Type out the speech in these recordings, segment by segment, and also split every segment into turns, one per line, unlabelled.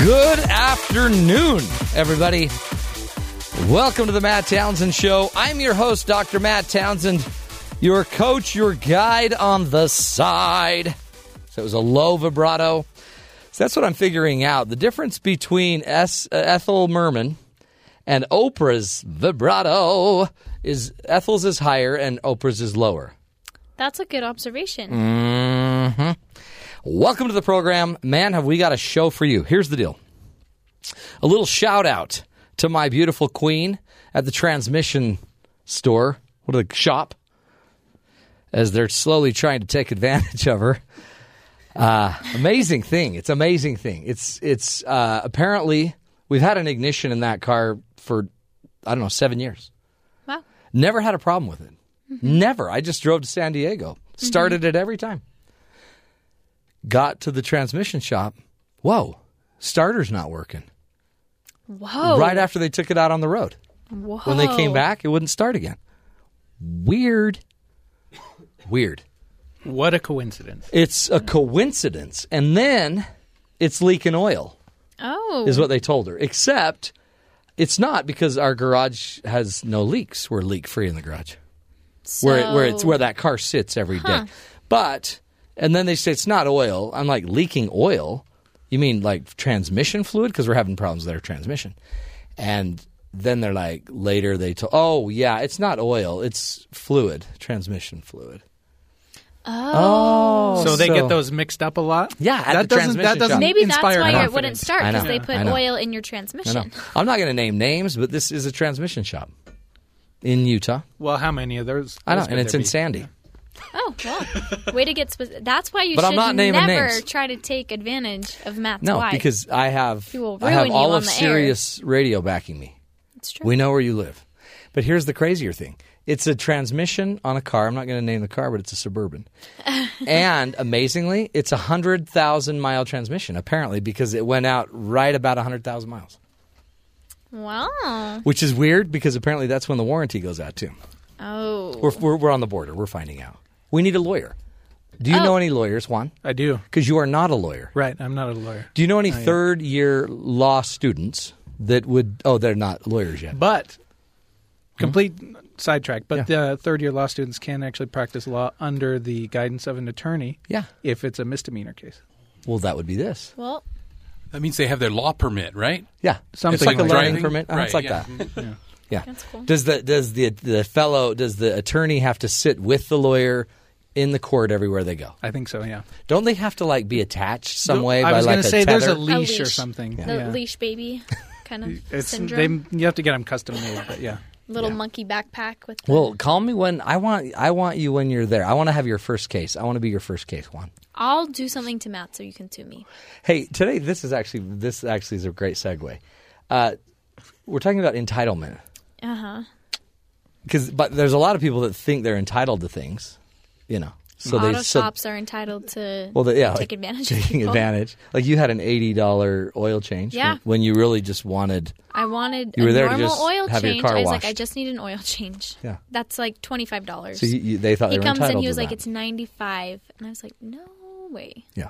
Good afternoon, everybody. Welcome to the Matt Townsend Show. I'm your host, Dr. Matt Townsend, your coach, your guide on the side. So it was a low vibrato. So that's what I'm figuring out. The difference between S, uh, Ethel Merman and Oprah's vibrato is Ethel's is higher and Oprah's is lower.
That's a good observation.
Mm. Welcome to the program. Man, have we got a show for you. Here's the deal a little shout out to my beautiful queen at the transmission store, what a shop, as they're slowly trying to take advantage of her. Uh, amazing thing. It's amazing thing. It's, it's uh, apparently, we've had an ignition in that car for, I don't know, seven years.
Wow.
Never had a problem with it. Never. I just drove to San Diego, started it every time. Got to the transmission shop. Whoa, starter's not working.
Whoa.
Right after they took it out on the road.
Whoa.
When they came back, it wouldn't start again. Weird. Weird.
What a coincidence.
It's a coincidence. And then it's leaking oil.
Oh.
is what they told her. Except it's not because our garage has no leaks. We're leak free in the garage. Where it, where it's
So-
where that car sits every day. But and then they say it's not oil. I'm like leaking oil. You mean like transmission fluid because we're having problems with our transmission. And then they're like later they told oh yeah it's not oil it's fluid transmission fluid. Oh,
so they get those mixed up a lot.
Yeah, at
that
the
doesn't.
transmission
That doesn't.
shop.
Maybe that's why
inspire
it wouldn't
confidence.
start
I
because
know,
they
I
put
know.
oil in your
I know.
transmission.
I'm not going to name names, but this is a transmission shop in Utah.
Well, how many of those?
I know,
those
and
could
it's
there
in
be?
Sandy.
Oh, well. Way to get specific. That's why you
But I'm
should
not naming
never
names.
try to take advantage of Matt's
No,
wife.
because I have
He will
I have
ruin you
all
on
of
the air.
Sirius Radio backing me.
it's true.
We know where you live. But here's the crazier thing. It's a transmission on a car. I'm not going to name the car, but it's a Suburban. and amazingly, it's a 100,000 mile transmission, apparently, because it went out right about 100,000 miles,
Wow.
which is weird because apparently that's when the warranty goes out, too.
Oh.
We're, we're, we're on the border. We're finding out. We need a lawyer. Do you
Oh.
know any lawyers, Juan?
I do.
Because you are not a lawyer.
Right. I'm not a lawyer,
Do you know any third year law students that would? Oh, they're not lawyers yet.
but complete
Mm-hmm.
sidetrack. But the third year law students can actually practice law under the guidance of an attorney.
Yeah.
If it's a misdemeanor case.
Well, that would be this.
Well,
That means they have their law permit, right?
Yeah,
Something
it's like a
like
learning
driving.
permit. Uh, it's like
Right, yeah. Mm-hmm.
that. Yeah.
That's cool.
Does the does the the fellow does the attorney have to sit with the lawyer in the court everywhere they go?
I think so. Yeah.
Don't they have to like be attached some way
I
by
was
like
gonna say
tether?
there's a
a
leash, or something.
The
Yeah.
leash baby kind of
It's, they,
syndrome.
you have to get them custom made, but yeah.
Little monkey backpack with. the-
well, call me when I want. I want you when you're there. I want to have your first case. I want to be your first case, Juan.
I'll do something to Matt so you can sue me.
Hey, today this is actually this actually is a great segue. Uh, we're talking about entitlement.
Uh huh.
because but there's a lot of people that think they're entitled to things, you know. So
Auto
they so,
shops are entitled to
well, they, yeah,
take
like,
advantage of
taking
people.
advantage. Like you had an eighty dollar oil change,
Yeah.
when, when you really just wanted.
I wanted
You were
a
there to
normal
just
oil
have your
change.
car
I was
washed.
like, I just need an oil change.
Yeah.
That's like twenty five dollars.
So you, you, they thought
he
they were
comes
entitled
and he was
to
like,
that.
It's ninety five and I was like, No way.
yeah,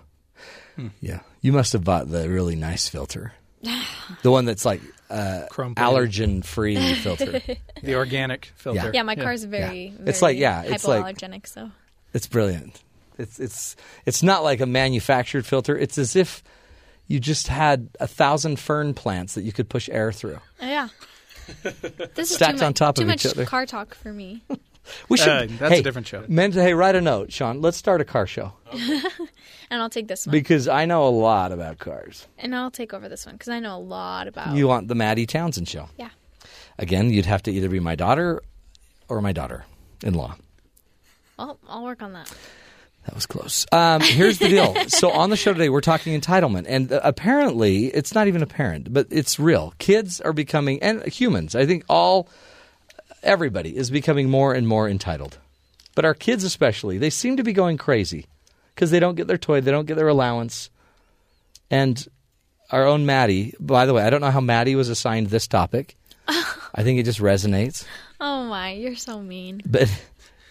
yeah. You must have bought the really nice filter, the one that's like uh,
Crumpled.
allergen free filter.
The organic filter.
Yeah, my car's very, very
It's like- yeah, it's like-
hypoallergenic, so
It's brilliant. It's it's it's not like a manufactured filter. It's as if you just had a thousand fern plants that you could push air through.
oh, yeah. This is
Stacked
too
on
much,
top
too
of
much
each other.
car talk for me.
We should.
Uh, that's a
hey,
different show.
Men, hey, write a note, Sean. Let's start a car show
And I'll take this one.
because I know a lot about cars.
and I'll take over this one because I know a lot about
You want the Maddie Townsend show?
Yeah.
Again, you'd have to either be my daughter or my daughter-in-law.
Well, I'll work on that.
That was close. Um, here's the deal. so on the show today, we're talking entitlement, and uh, apparently, it's not even apparent, but it's real. Kids are becoming, and humans, I think, all everybody is becoming more and more entitled. But our kids, especially, they seem to be going crazy because they don't get their toy, they don't get their allowance. And our own Maddie, by the way, I don't know how Maddie was assigned this topic. I think it just resonates.
Oh my, you're so mean.
But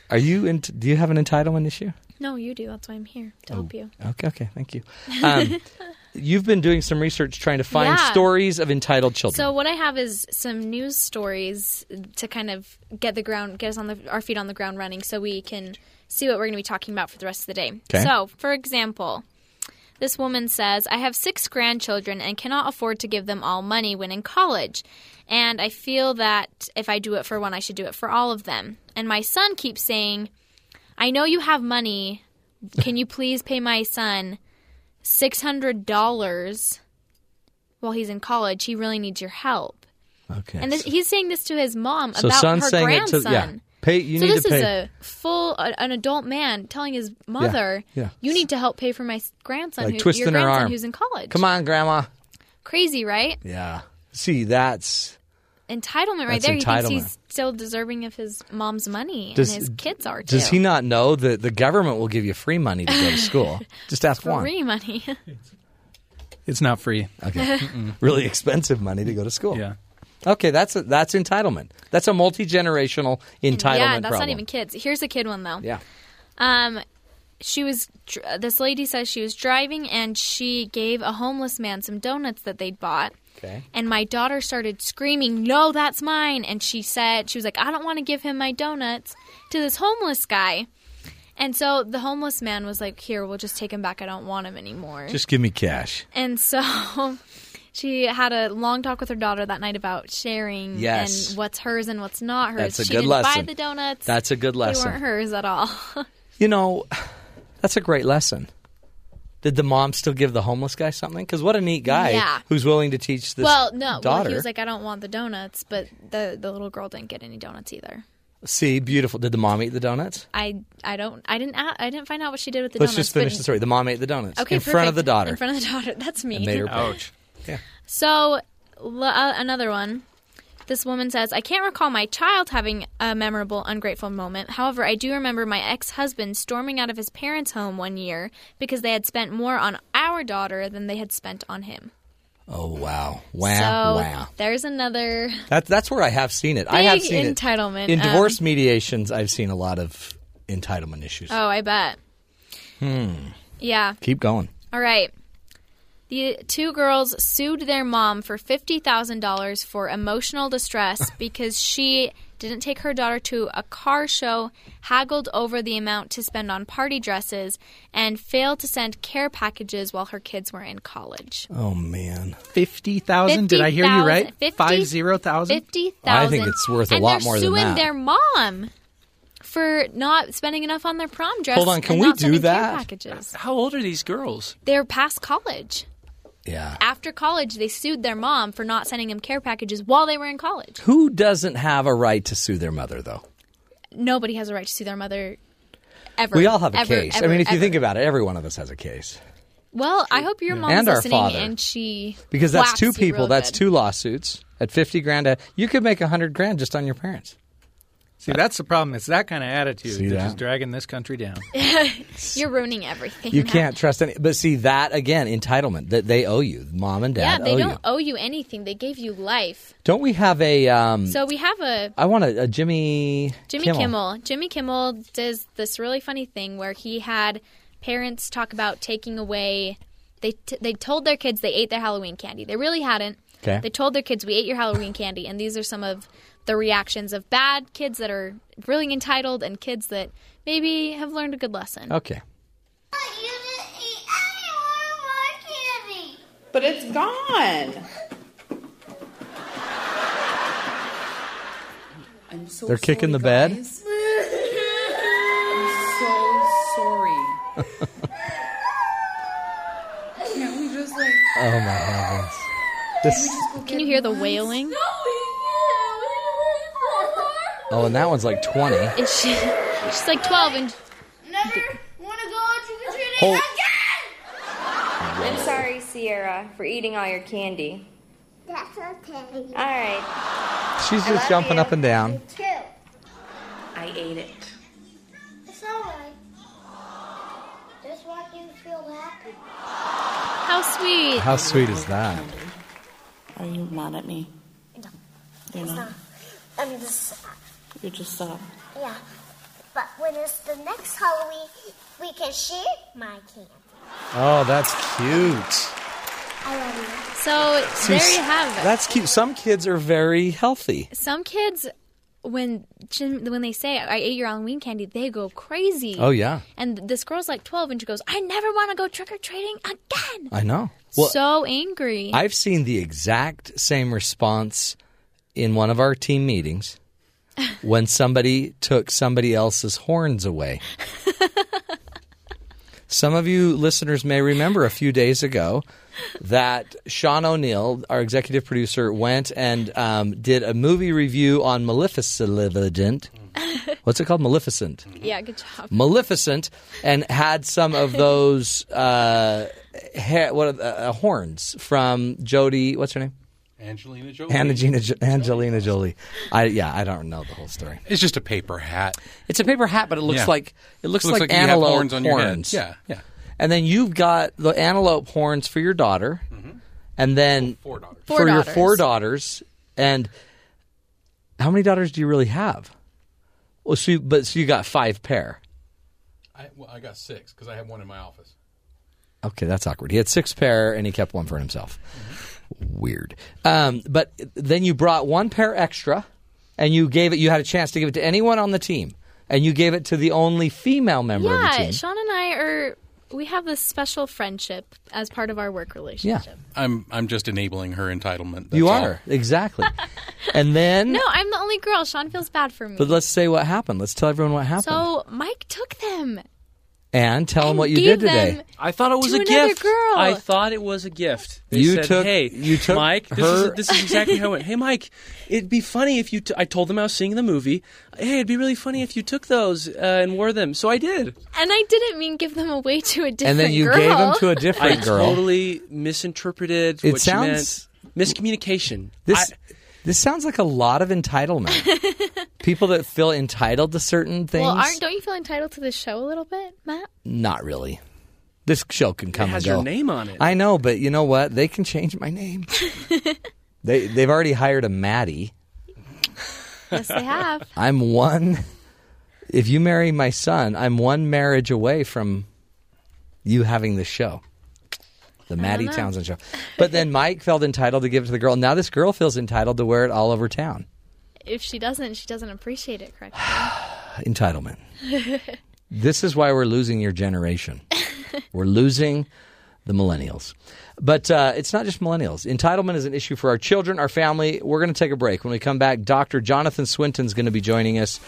are you in, do you have an entitlement issue?
No, you do. That's why I'm here
Oh.
to help you.
Okay, okay, thank you. Um, you've been doing some research trying to find
Yeah.
stories of entitled children.
So what I have is some news stories to kind of get the ground, get us on the, our feet on the ground running, so we can see what we're going to be talking about for the rest of the day.
'Kay.
So, for example, this woman says, "I have six grandchildren and cannot afford to give them all money when in college, and I feel that if I do it for one, I should do it for all of them." And my son keeps saying, "I know you have money. Can you please pay my son six hundred dollars?" while he's in college. He really needs your help.
okay.
And this, he's saying this to his mom
so
about
son's
her
saying
grandson.
it to yeah. Pay you
so
need
this
to pay.
is a full a, an adult man telling his mother,
yeah.
"You need to help pay for my s- grandson,
Like
who,
twisting
your
her
grandson
arm.
who's in college."
Come on, grandma.
crazy, right?
Yeah. See, that's
Entitlement, right
That's
there. He thinks
entitlement.
he's still deserving of his mom's money,
Does-
and his kids are too.
does he not know that the government will give you free money to go to school? Just ask Juan.
free money?
It's not free.
Okay. really expensive money to go to school.
Yeah.
Okay, that's a, that's entitlement. That's a multi generational entitlement
yeah, that's
problem.
not even kids. Here's a kid one though.
yeah.
Um, she was. dr- This lady says she was driving and she gave a homeless man some donuts that they'd bought.
Okay.
And my daughter started screaming, "No, that's mine!" And she said, "She was like, I don't want to give him my donuts to this homeless guy." And so the homeless man was like, "Here, we'll just take him back. I don't want him anymore."
Just give me cash.
and so she had a long talk with her daughter that night about sharing
Yes.
and what's hers and what's not hers.
That's a
she
good
didn't buy
lesson.
the donuts.
That's a good
they
lesson.
weren't hers at all.
You know, that's a great lesson. Did the mom still give the homeless guy something? Because what a neat guy
Yeah.
who's willing to teach this
well, no.
daughter.
Well, he was like, I don't want the donuts, but the the little girl didn't get any donuts either.
See, beautiful. Did the mom eat the donuts?
I I don't I didn't a- I didn't find out what she did with the
Let's
donuts.
just finish
but,
the story. The mom ate the donuts
Okay,
in front of
perfect.
the daughter.
In front of the daughter. That's
and made her
mean.
pay.
Ouch.
So l- uh, another one. This woman says, I can't recall my child having a memorable, ungrateful moment. However, I do remember my ex husband storming out of his parents' home one year because they had spent more on our daughter than they had spent on him.
Oh wow, wow,
so
wow.
there's another
That, that's where I have seen it. I have
Big
seen it.
entitlement,
in
um,
divorce mediations. I've seen a lot of entitlement issues.
Oh, I bet. Hmm. Yeah.
Keep going.
All right. The two girls sued their mom for $50,000 for emotional distress because she didn't take her daughter to a car show, haggled over the amount to spend on party dresses, and failed to send care packages while her kids were in college.
Oh man,
50,000? Did I hear you right?
50,000.
50,000?
50000
I think it's worth a
and
lot
they're
more than
suing
that.
their mom for not spending enough on their prom dress.
Hold on, can
and
we
not
do
sending care
that?
Packages.
How old are these girls?
They're past college.
yeah.
after college, they sued their mom for not sending them care packages while they were in college.
Who doesn't have a right to sue their mother though?
Nobody has a right to sue their mother ever.
We all have a
ever,
case.
ever,
I mean, if you
ever.
think about it, every one of us has a case
well, I hope your mom's
And our
listening
father.
and she
because that's
whacks
two
you
people.
real
That's
good.
two lawsuits at fifty grand. A, you could make a hundred grand just on your parents.
See, that's the problem. It's that kind of attitude
See
that is
that?
dragging this country down.
You're ruining everything.
You
now.
can't trust any. But see that again, entitlement that they owe you, mom and
Yeah,
dad
they
owe
don't
you.
owe you anything. They gave you life.
Don't we have a? Um,
So we have a
I want a, a Jimmy
Jimmy Kimmel.
Kimmel.
Jimmy Kimmel does this really funny thing where he had parents talk about taking away. They t- they told their kids they ate their Halloween candy. They really hadn't.
Okay.
They told their kids we ate your Halloween candy, and these are some of the reactions of bad kids that are really entitled and kids that maybe have learned a good lesson.
Okay.
You didn't eat any more of my candy.
But it's gone. I'm so
They're kicking
sorry,
the bed?
guys. I'm so sorry. Can't we just like
Oh my heavens! This.
Can you hear the wailing?
Oh, and that one's like twenty.
And she she's like twelve, and
Never want to go out trick or treating
Hold-
again.
I'm sorry, Sierra, for eating all your candy.
That's okay.
All right.
She's just jumping up and down.
Two.
I ate it.
It's alright. Just one happy.
How sweet.
How sweet is that?
Are you mad at me?
No,
You're
it's
not.
not. I'm just,
You're just uh,
yeah. But when it's the next Halloween, we can share my candy.
Oh, that's cute.
I love you.
So there you have it.
That's cute. Some kids are very healthy.
Some kids, when chin- when they say I ate your Halloween candy, they go crazy.
Oh yeah,
And this girl's like 12, and she goes, "I never want to go trick or treating again."
I know. Well,
so angry.
I've seen the exact same response in one of our team meetings when somebody took somebody else's horns away. Some of you listeners may remember a few days ago that Sean O'Neill, our executive producer, went and um, did a movie review on Maleficent. What's it called? Maleficent.
yeah, good job.
Maleficent and had some of those uh, ha- what are the, uh, horns from Jodie. What's her name?
Angelina Jolie.
Angelina, Jo- Angelina Jolie. I yeah, I don't know the whole story.
It's just a paper hat.
It's a paper hat, but it looks
Yeah.
like it looks,
Looks
like,
like you have
antelope
horns on your head.
horns.
Yeah, yeah.
And then you've got the antelope horns for your daughter, and then
Mm-hmm. Four dollars.
Four
for your
daughters.
four daughters. And how many daughters do you really have? Well, so you, but so you got five pair.
I, well, I got six because I have one in my office.
Okay, that's awkward. He had six pair and he kept one for himself. Weird. Um, but then you brought one pair extra and you gave it, you had a chance to give it to anyone on the team. And you gave it to the only female member of the
Yeah,
team.
Sean and I are. We have this special friendship as part of our work relationship.
I'm I'm just enabling her entitlement. That's
you
all.
are. Exactly. and then,
No, I'm the only girl. Sean feels bad for me.
but let's say what happened. Let's tell everyone what happened.
so Mike took them.
and tell them
and
what you did
gave
today.
them-
I thought it was
To
a
another
gift.
girl.
I thought it was a gift. They
You
said,
took-
"Hey,
you took
Mike. This,
her-
is, this is exactly how it went. Hey, Mike, it'd be funny if you. T- I told them I was seeing the movie. Hey, it'd be really funny if you took those uh, and wore them. So I did.
And I didn't mean give them away to a different
and then you
girl.
gave them to a
I
different girl.
totally misinterpreted.
It
what
sounds-
you meant. miscommunication.
This
I-
this sounds like a lot of entitlement. People that feel entitled to certain things.
Well, aren't don't you feel entitled to the show a little bit, Matt?
Not really. This show can come
it has
and go.
your name on it.
I know, but you know what? They can change my name. they they've already hired a Maddie.
Yes, they have.
I'm one. If you marry my son, I'm one marriage away from you having this show, the Maddie
know.
Townsend show. But then Mike felt entitled to give it to the girl. Now this girl feels entitled to wear it all over town.
if she doesn't, she doesn't appreciate it correctly.
entitlement. this is why we're losing your generation. we're losing the millennials. But uh, it's not just millennials. Entitlement is an issue for our children, our family. We're going to take a break. When we come back, Dr. Jonathan Swinton's going to be joining us,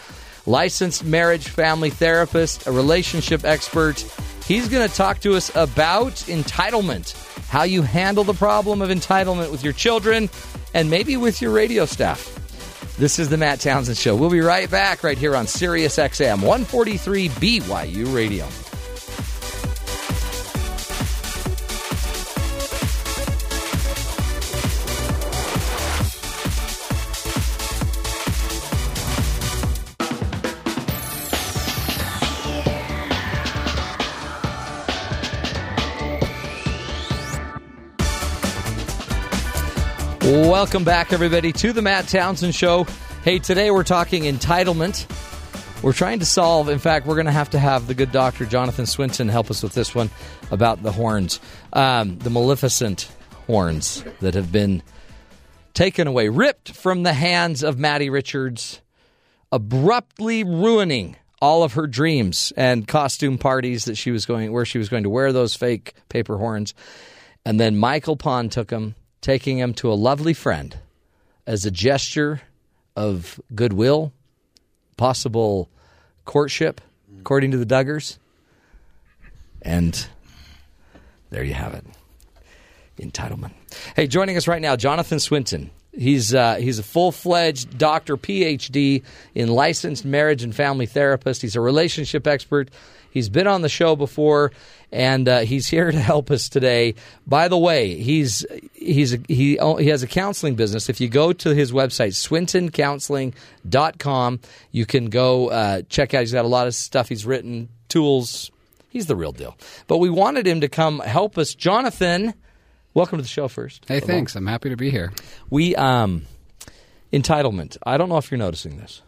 licensed marriage family therapist, a relationship expert. He's going to talk to us about entitlement, how you handle the problem of entitlement with your children and maybe with your radio staff. This is the Matt Townsend Show. We'll be right back right here on Sirius XM 143 BYU Radio. Welcome back, everybody, to the Matt Townsend Show. Hey, today we're talking entitlement. We're trying to solve, in fact, we're going to have to have the good doctor Jonathan Swinton help us with this one about the horns, um, the maleficent horns that have been taken away, ripped from the hands of Maddie Richards, abruptly ruining all of her dreams and costume parties that she was going, where she was going to wear those fake paper horns. And then Michael Pond took him, taking him to a lovely friend as a gesture of goodwill, possible courtship, according to the Duggars. And there you have it entitlement. Hey, joining us right now, Jonathan Swinton. He's uh, he's a full fledged doctor, PhD in licensed marriage and family therapist. He's a relationship expert. He's been on the show before, and uh, he's here to help us today. By the way, he's he's he oh, he has a counseling business. If you go to his website swintoncounseling.com, you can go uh, check out. He's got a lot of stuff he's written, tools, He's the real deal. But we wanted him to come help us. Jonathan, welcome to the show first.
Hey, thanks. I'm happy to be here.
We um entitlement. I don't know if you're noticing this.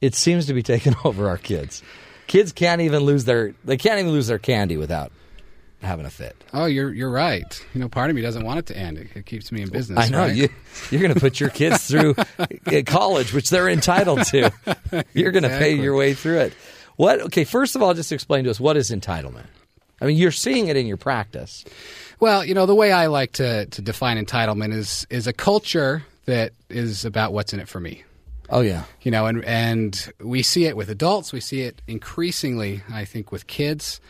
It seems to be taking over our kids. Kids can't even lose their they can't even lose their candy without having a fit.
Oh, you're you're right. You know, part of me doesn't want it to end. It, it keeps me in business.
I know
right?
you you're going to put your kids through uh, college which they're entitled to. You're going to pay
Exactly.
your way through it. What okay, first of all just explain to us what is entitlement? I mean, you're seeing it in your practice.
Well, you know, the way I like to, to define entitlement is is a culture that is about what's in it for me.
Oh yeah.
You know, and and we see it with adults. We see it increasingly, I think, with kids,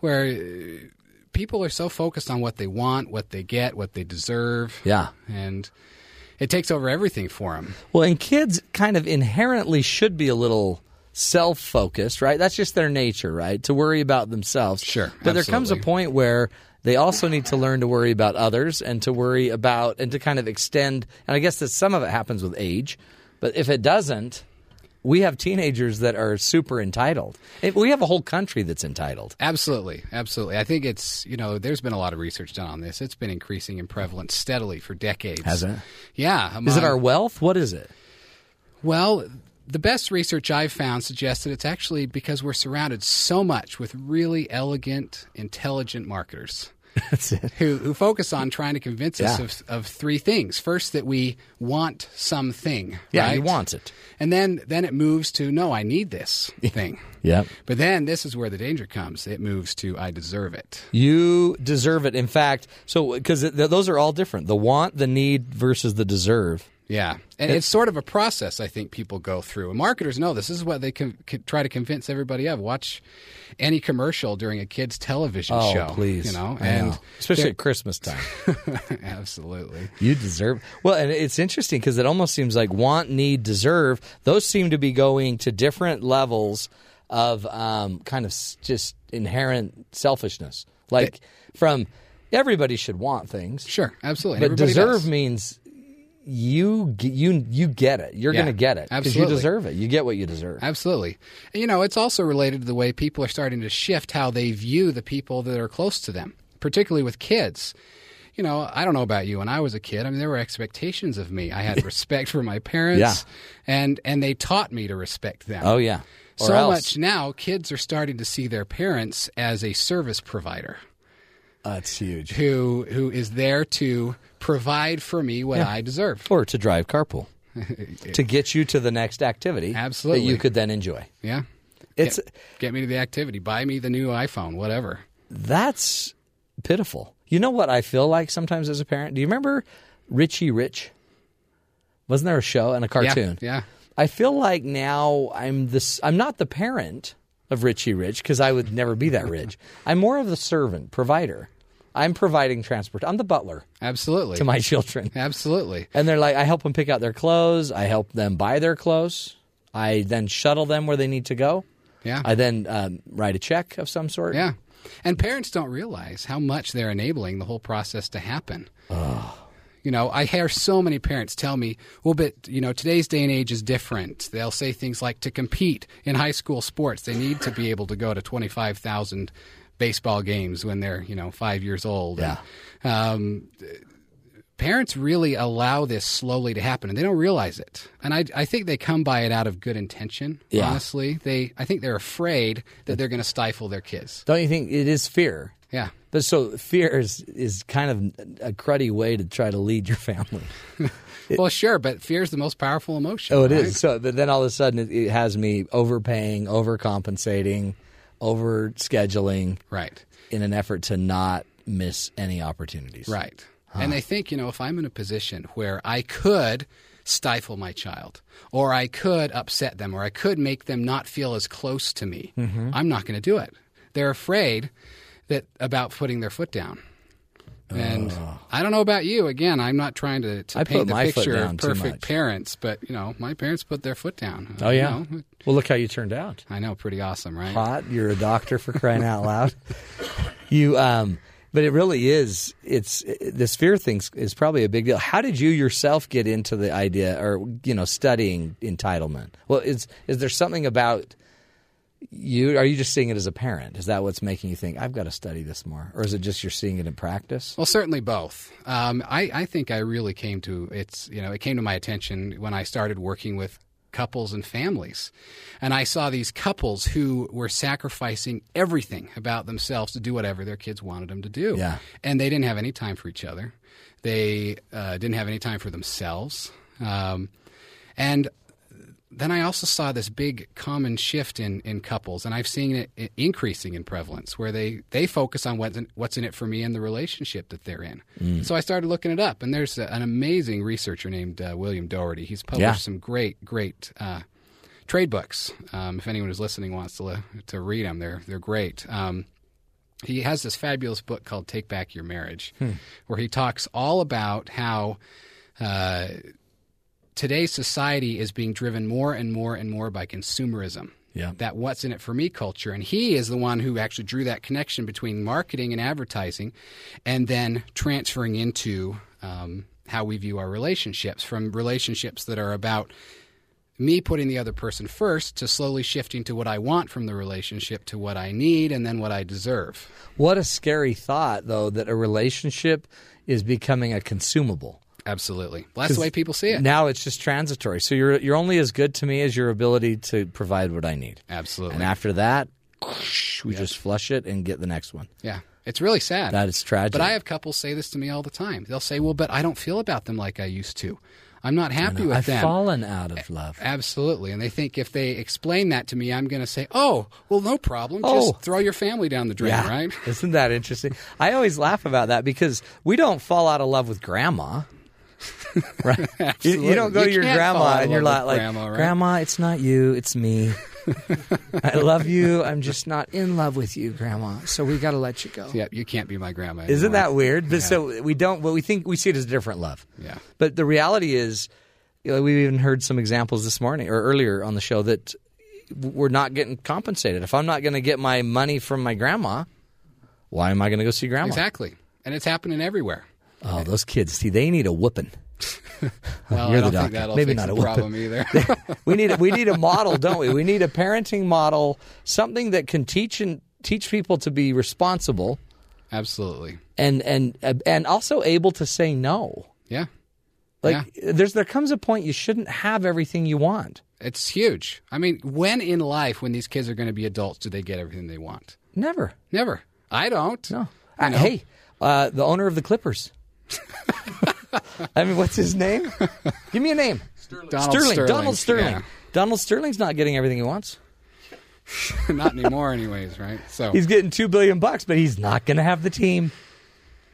where uh, people are so focused on what they want, what they get, what they deserve.
Yeah.
and it takes over everything for them.
Well, and kids kind of inherently should be a little self focused, right? That's just their nature, right? To worry about themselves.
Sure,
But there comes a
absolutely.
point where they also need to learn to worry about others and to worry about and to kind of extend. And I guess that some of it happens with age, but if it doesn't, we have teenagers that are super entitled. It- We have a whole country that's entitled.
Absolutely, absolutely. I think it's you know there's been a lot of research done on this. It's been increasing in prevalence steadily for decades.
Has it? Um,
Yeah.
Is it
among-
our wealth? What is it?
Well, the best research I've found suggests that it's actually because we're surrounded so much with really elegant, intelligent marketers. Who, who focus on trying to convince us
Yeah.
of, of three things. First, that we want something.
Yeah,
right?
he wants it.
And then, then it moves to, no, I need this thing.
Yep.
But then this is where the danger comes. It moves to, I deserve it.
You deserve it. In fact, so because th- those are all different the want, the need versus the deserve.
Yeah, and it's sort of a process I think people go through. And marketers know this. This is what they con- con- try to convince everybody of. Watch any commercial during a kid's television
Oh,
show,
please.
you know,
I
and
especially at Christmas time.
absolutely.
you deserve. Well, and it's interesting because it almost seems like want, need, deserve, those seem to be going to different levels of um, kind of s- just inherent selfishness. Like from everybody should want things.
Sure, absolutely.
But
And everybody
deserve
does.
means you g- you you get it. You're
Yeah,
going to get it because you
absolutely.
deserve it. You get what you deserve.
Absolutely. And, you know, it's also related to the way people are starting to shift how they view the people that are close to them, particularly with kids. You know, I don't know about you. When I was a kid, I mean, there were expectations of me. I had respect for my parents,
Yeah.
and and they taught me to respect them.
Oh yeah. Or
so
else.
much now, kids are starting to see their parents as a service provider
That's huge.
who who is there to provide for me what I deserve.
or to drive carpool to get you to the next activity
Absolutely.
that you could then enjoy.
Yeah,
It's
get me to the activity, buy me the new iPhone, whatever.
that's pitiful. You know what I feel like sometimes as a parent? Do you remember Richie Rich? Wasn't there a show and a cartoon?
yeah.
I feel like now I'm this I'm not the parent of Richie Rich because I would never be that rich. I'm more of the servant, provider. I'm providing transport. I'm the butler
Absolutely,
to my children.
absolutely.
And they're like, I help them pick out their clothes. I help them buy their clothes. I then shuttle them where they need to go.
Yeah.
I then um, write a check of some sort.
Yeah. And parents don't realize how much they're enabling the whole process to happen. You know, I hear so many parents tell me, well, but, you know, today's day and age is different. They'll say things like to compete in high school sports, they need to be able to go to 25,000 baseball games when they're, you know, five years old.
Yeah.
And, um, parents really allow this slowly to happen and they don't realize it and i, I think they come by it out of good intention
Yeah.
honestly they i think they're afraid that they're going to stifle their kids
Don't you think it is fear?
yeah
But so fear is, is kind of a cruddy way to try to lead your family.
well sure but fear is the most powerful emotion
Oh, it is.
right?
So but then all of a sudden it, it has me overpaying, overcompensating, over scheduling
right
in an effort to not miss any opportunities.
right and they think you know if i'm in a position where i could stifle my child or i could upset them or i could make them not feel as close to me i'm not going to do it they're afraid that about putting their foot down And I don't know about you. Again, I'm not trying to, to
Oh. I put
paint the
my foot
picture
down
of
too much.
perfect parents, but you know, my parents put their foot down.
Oh,
You
yeah.
know,
Well, look how you turned out.
I know, pretty awesome, right?
hot. You're a doctor for crying out loud. You, um, but it really is. It's it- this fear thing is probably a big deal. How did you yourself get into the idea, or you know, studying entitlement? Well, is is there something about you are you just seeing it as a parent? Is that what's making you think I've got to study this more, or is it just you're seeing it in practice?
Well, certainly both. Um, I, I think I really came to it's you know it came to my attention when I started working with couples and families, and I saw these couples who were sacrificing everything about themselves to do whatever their kids wanted them to do.
Yeah.
and they didn't have any time for each other. They uh, didn't have any time for themselves. Um, and then I also saw this big common shift in, in couples, and I've seen it i- increasing in prevalence, where they, they focus on what's in, what's in it for me and the relationship that they're in.
Mm.
So I started looking it up, and there's a, an amazing researcher named uh, William Doherty. He's published
Yeah.
some great, great uh, trade books. Um, if anyone who's listening wants to, li- to read them, they're, they're great. Um, he has this fabulous book called Take Back Your Marriage, where he talks all about how uh, today's society is being driven more and more and more by consumerism.
Yeah.
That what's in it for me culture. And he is the one who actually drew that connection between marketing and advertising and then transferring into um, how we view our relationships from relationships that are about me putting the other person first to slowly shifting to what I want from the relationship to what I need and then what I deserve.
What a scary thought, though, that a relationship is becoming a consumable.
Absolutely. Well, that's the way people see it.
Now it's just transitory. So you're you're only as good to me as your ability to provide what I need.
Absolutely.
And after that, we just flush it and get the next one.
yeah. It's really sad.
That is tragic.
But I have couples say this to me all the time. They'll say, "Well, but I don't feel about them like I used to. I'm not happy with
I've
them."
fallen out of love.
Absolutely. And they think if they explain that to me, I'm going to say, "Oh, well, no problem.
Oh.
Just throw your family down the drain, right?"
Isn't that interesting? I always laugh about that because we don't fall out of love with grandma. right? You- You,
Absolutely.
don't go
You
to your
can't fall out
grandma
of
and you're
love
like,
with
like,
grandma, right?
grandma, it's not you, it's me. I love you. I'm just not in love with you, grandma. So we got to let you go.
Yeah, you can't be my grandma.
Isn't that
anymore.
weird? But so we don't. Well, we think we see it as a different love.
Yeah.
But the reality is, you know, we've even heard some examples this morning or earlier on the show that we're not getting compensated. If I'm not going to get my money from my grandma, why am I going to go see grandma?
Exactly. And it's happening everywhere.
Oh, those kids! See, they need a whooping.
Well,
You're
I
the
don't
doctor.
think that'll
Maybe
fix
not
the
a weapon.
problem either.
We need a, we need a model, don't we? We need a parenting model, something that can teach and teach people to be responsible
Absolutely.
and and and also able to say no.
Yeah.
Like there's there comes a point you shouldn't have everything you want.
It's huge. I mean, when in life when these kids are going to be adults do they get everything they want?
Never.
Never. I don't.
No. Uh, hey, uh, the owner of the Clippers. I mean, what's his name? Give me a name.
Donald
Sterling.
Sterling.
Donald Sterling.
Yeah.
Donald Sterling's not getting everything he wants.
not anymore anyways right so
He's getting two billion bucks, but he's not going to have the team.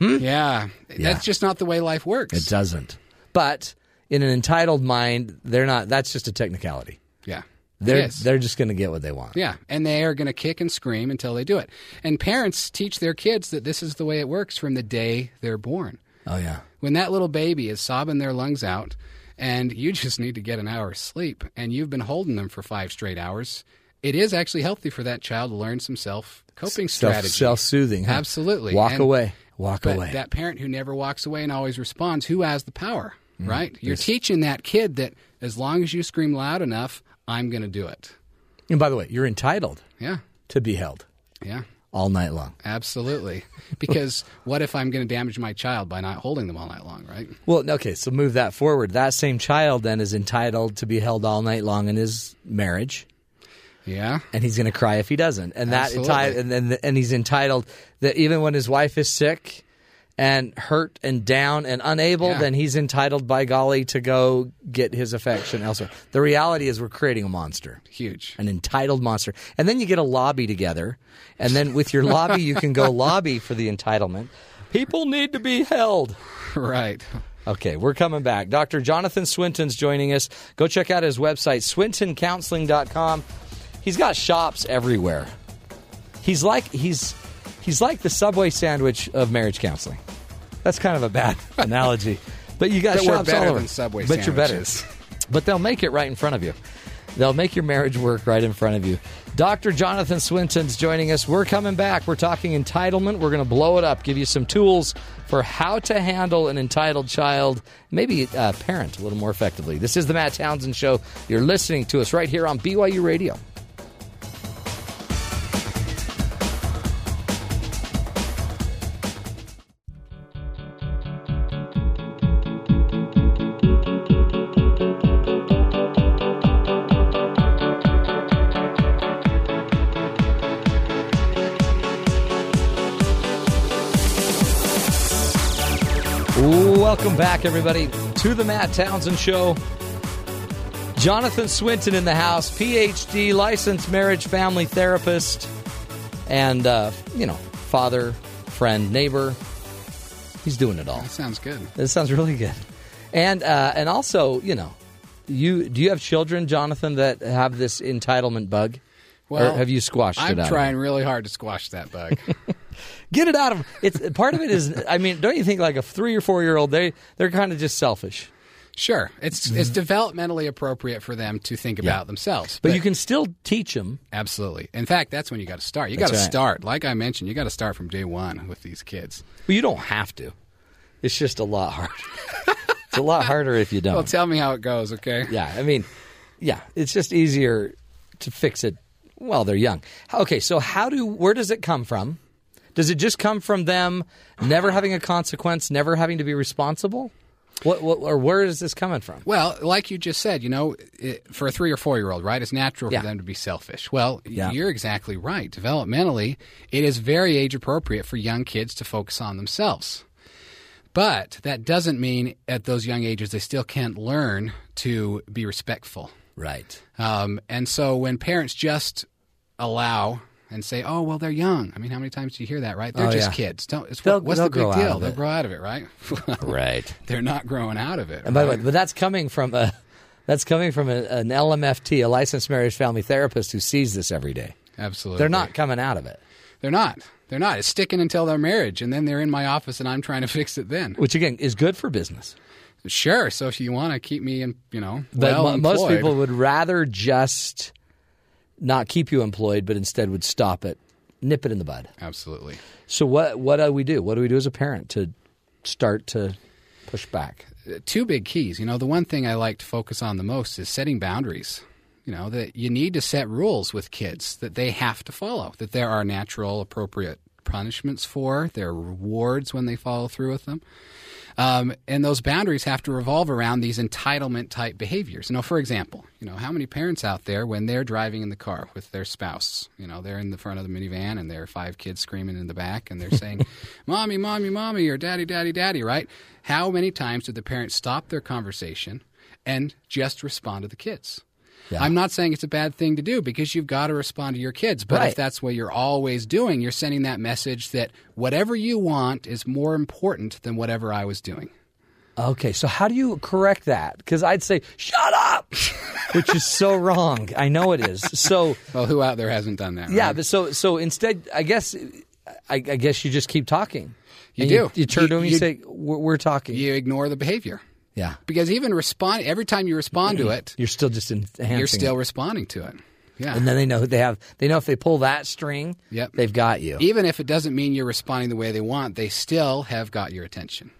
yeah, that's just not the way life works
doesn't. But in an entitled mind, they're not. That's just a technicality.
yeah
They're
Yes.
they're just going to get what they want.
yeah and they are going to kick and scream until they do it and parents teach their kids that this is the way it works from the day they're born
Oh yeah.
when that little baby is sobbing their lungs out and you just need to get an hour's sleep and you've been holding them for five straight hours it is actually healthy for that child to learn some self coping
Self
strategies
self soothing.
Absolutely.
Walk
And-
away. Walk
But
away.
that parent who never walks away and always responds, who has the power,
Mm.
right? You're teaching that kid that as long as you scream loud enough, I'm going to do it.
and by the way, you're entitled
Yeah,
to be held
yeah,
all night long.
absolutely. Because what if I'm going to damage my child by not holding them all night long, right?
Well, okay, so move that forward. That same child then is entitled to be held all night long in his marriage,
Yeah,
and he's going to cry if he doesn't. And that enti-
Absolutely.
and then and he's entitled that even when his wife is sick and hurt and down and unable,
Yeah.
then he's entitled by golly to go get his affection elsewhere. The reality is we're creating a monster.
huge.
An entitled monster. And then you get a lobby together, and then with your lobby you can go lobby for the entitlement. People need to be held.
right.
Okay, we're coming back. Dr. Jonathan Swinton's joining us. Go check out his website, swintoncounseling.com. He's got shops everywhere. He's like he's he's like the subway sandwich of marriage counseling. That's kind of a bad analogy. But you got
But we're
shops
better
all over.
than Subway
but you're better.
sandwiches.
But they'll make it right in front of you. They'll make your marriage work right in front of you. Dr. Jonathan Swinton's joining us. We're coming back. We're talking entitlement. We're going to blow it up, give you some tools for how to handle an entitled child, maybe uh, parent a little more effectively. This is the Matt Townsend Show. You're listening to us right here on BYU Radio. Welcome back, everybody, to the Matt Townsend Show. Jonathan Swinton in the house, PhD, licensed marriage family therapist, and, uh, you know, father, friend, neighbor. He's doing it all.
That sounds good.
That sounds really good. And uh, and also, you know, you do you have children, Jonathan, that have this entitlement bug? or have you squashed
I'm
it out? of
trying
them?
really hard to squash that bug.
Get it out of it's part of it is I mean, don't you think like a 3 or 4 year old they they're kind of just selfish.
sure, it's
Mm-hmm.
it's developmentally appropriate for them to think about themselves.
But, you can still teach them.
absolutely. In fact, that's when you got to start. You got
That's
to
right.
start. Like I mentioned, you got to start from day one with these kids.
But you don't have to. It's just a lot harder. it's a lot harder if you don't.
Well, tell me how it goes, okay?
Yeah, I mean, yeah, it's just easier to fix it while they're young. Okay, so how do where does it come from? Does it just come from them never having a consequence, never having to be responsible? What, what or where is this coming from?
Well, like you just said, you know, it, for a three or four year old, right, it's natural
Yeah.
for them to be selfish. Well,
Yeah.
you're exactly right. Developmentally, it is very age appropriate for young kids to focus on themselves. But that doesn't mean at those young ages they still can't learn to be respectful.
Right.
Um, and so when parents just allow and say, "Oh, well, they're young," I mean, how many times do you hear that? Right? They're
Oh,
just
yeah.
kids. Don't. It's,
They'll-
what's
they'll
the big
grow out
deal?
of
They'll
it.
grow out of it, right?
Right.
they're not growing out of it.
And by the way, but that's coming from a that's coming from a, an LMFT, a licensed marriage family therapist who sees this every day.
Absolutely.
They're not coming out of it.
They're not. They're not. It's sticking until their marriage, and then they're in my office, and I'm trying to fix it. Then
Which again is good for business.
sure. So if you want to keep me in, you know,
But
well
mo- most
employed-
people would rather just not keep you employed, but instead would stop it, nip it in the bud.
absolutely.
So what what do we do? What do we do as a parent to start to push back?
two big keys. You know, the one thing I like to focus on the most is setting boundaries. You know, that you need to set rules with kids that they have to follow, that there are natural, appropriate punishments for, there are rewards when they follow through with them. Um, and those boundaries have to revolve around these entitlement type behaviors. You know, for example, you know, how many parents out there when they're driving in the car with their spouse, you know, they're in the front of the minivan and there are five kids screaming in the back and they're saying, mommy, mommy, mommy, or daddy, daddy, daddy, right? How many times do the parents stop their conversation and just respond to the kids? I'm not saying it's a bad thing to do because you've got to respond to your kids. But
Right.
if that's what you're always doing, you're sending that message that whatever you want is more important than whatever I was doing.
Okay, so how do you correct that? Because I'd say shut up, which is so wrong. I know it is. So
Well, who out there hasn't done that?
yeah,
right?
but so so instead, I guess I, I guess you just keep talking.
You
And You,
do.
turn to
You-
him and you
you-
say, "We're, we're talking."
you ignore the behavior
yeah,
because even respond every time you respond to it,
you're still just enhancing.
you're
it.
still responding to it. Yeah,
and then they know who they have. They know if they pull that string,
Yep.
they've got you.
even if it doesn't mean you're responding the way they want, they still have got your attention.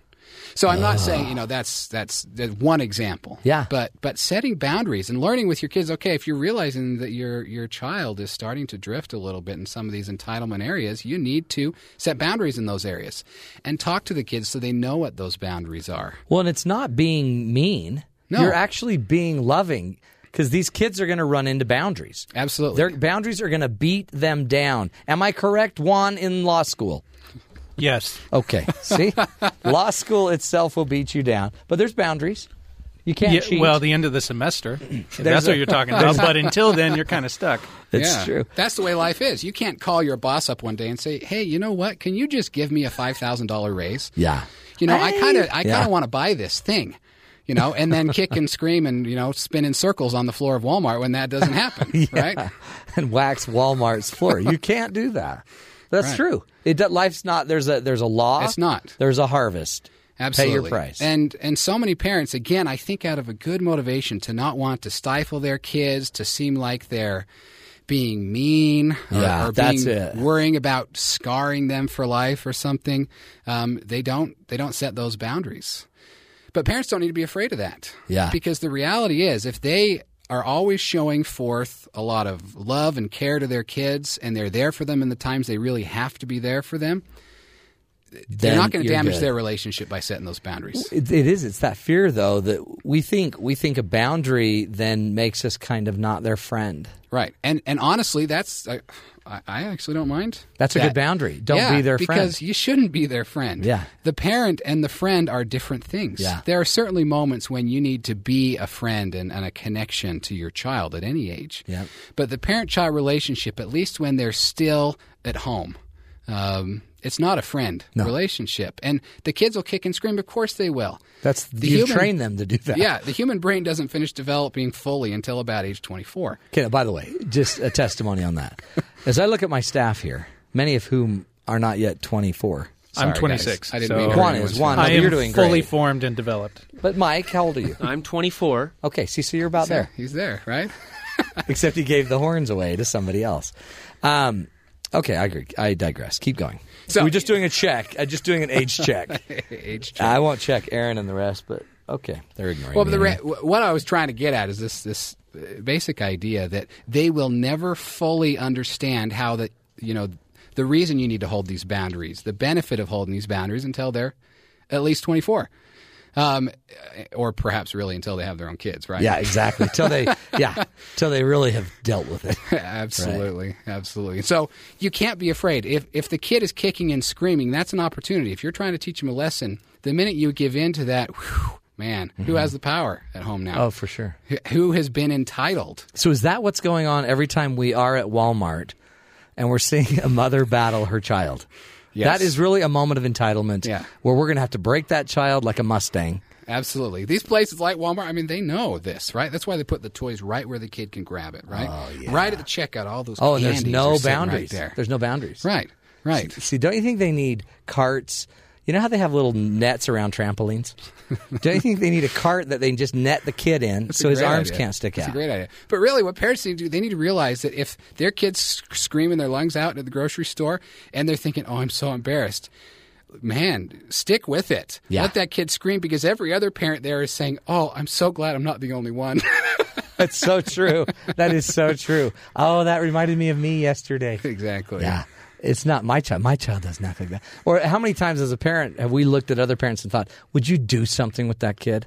So I'm not
Ah.
saying you know that's that's that's one example.
Yeah.
But but setting boundaries and learning with your kids. Okay, if you're realizing that your your child is starting to drift a little bit in some of these entitlement areas, you need to set boundaries in those areas and talk to the kids so they know what those boundaries are.
Well, and it's not being mean.
No.
You're actually being loving because these kids are going to run into boundaries.
Absolutely.
Their boundaries are going to beat them down. Am I correct, Juan, in law school?
Yes.
Okay. See? law school itself will beat you down, but there's boundaries. You can't
Yeah,
cheat.
well, the end of the semester.
There's
That's
a-
what you're talking about. But until then, you're kind of stuck.
it's
Yeah.
true.
That's the way life is. You can't call your boss up one day and say, "Hey, you know what? Can you just give me a five thousand dollar raise?"
Yeah.
You know, I kind of, I kind
Yeah.
of want to buy this thing, you know, and then kick and scream and you know spin in circles on the floor of Walmart when that doesn't happen, right?
and wax Walmart's floor. You can't do that. That's
Right.
true. It do- life's not there's a there's a law.
It's not.
There's a harvest.
Absolutely.
Pay your price.
And and so many parents, again, I think out of a good motivation to not want to stifle their kids, to seem like they're being mean or,
Yeah,
or
that's
being
it.
worrying about scarring them for life or something. Um, they don't they don't set those boundaries. But parents don't need to be afraid of that.
Yeah.
Because the reality is if they are always showing forth a lot of love and care to their kids and they're there for them in the times they really have to be there for them,
They're
Then
not going to
you're
damage
good.
their relationship by setting those boundaries.
It, it is. It's that fear, though, that we think we think a boundary then makes us kind of not their friend.
Right. And and honestly, that's I, I I actually don't mind.
That's a
that.
good boundary. Don't
Yeah,
be their friend.
because you shouldn't be their friend.
Yeah.
The parent and the friend are different things.
Yeah.
There are certainly moments when you need to be a friend and, and a connection to your child at any age.
Yeah.
But the parent child relationship, at least when they're still at home, um, it's not a friend relationship. And the kids will kick and scream. Of course they will.
That's
The
you
human-
train them to do that.
Yeah, the human brain doesn't finish developing fully until about age 24.
Okay, by the way, just a testimony on that. As I look at my staff here, many of whom are not yet 24.
Sorry,
I'm
guys.
26.
I didn't
so
mean to
Juan
hurt
is,
anyone's
Juan. No,
feelings.
I
but
am
you're doing
fully
great.
formed and developed.
But Mike, how old are you?
I'm 24.
Okay, see, so you're about there.
He's there, right?
Except you gave the horns away to somebody else. Um, okay, I agree. I digress. Keep going. So we're just doing a check. I'm just doing an age check.
age.
I won't check Aaron and the rest, but okay, they're ignoring
Well, but the
me.
re- wh- what I was trying to get at is this this uh, basic idea that they will never fully understand how that you know the reason you need to hold these boundaries, the benefit of holding these boundaries until they're at least twenty four, um, uh, or perhaps really until they have their own kids, right?
yeah, exactly. Till they, yeah, till they really have dealt with it.
absolutely, absolutely. So you can't be afraid. If if the kid is kicking and screaming, that's an opportunity. If you're trying to teach them a lesson, the minute you give in to that, whew, man, who
Mm-hmm.
has the power at home now?
Oh, for sure.
Wh- Who has been entitled?
So is that what's going on every time we are at Walmart and we're seeing a mother battle her child?
Yes.
That is really a moment of entitlement
Yeah.
where we're going to have to break that child like a Mustang.
Absolutely. These places like Walmart, I mean, they know this, right? That's why they put the toys right where the kid can grab it, right? Right at the checkout, all those
Oh, and there's
candies
no
are sitting
boundaries.
right there.
There's no boundaries.
right, right.
See, don't you think they need carts? You know how they have little nets around trampolines? don't you think they need a cart that they just net the kid in so
a
his
great
arms
idea.
can't stick
That's
out?
a great idea. But really, what parents need to do, they need to realize that if their kid's sc- screaming their lungs out at the grocery store and they're thinking, oh, I'm so embarrassed, man, stick with it.
Yeah.
Let that kid scream because every other parent there is saying, oh, I'm so glad I'm not the only one.
That's so true. that is so true. Oh, that reminded me of me yesterday.
exactly.
Yeah. It's not my child. My child does not like that. Or how many times as a parent have we looked at other parents and thought, would you do something with that kid?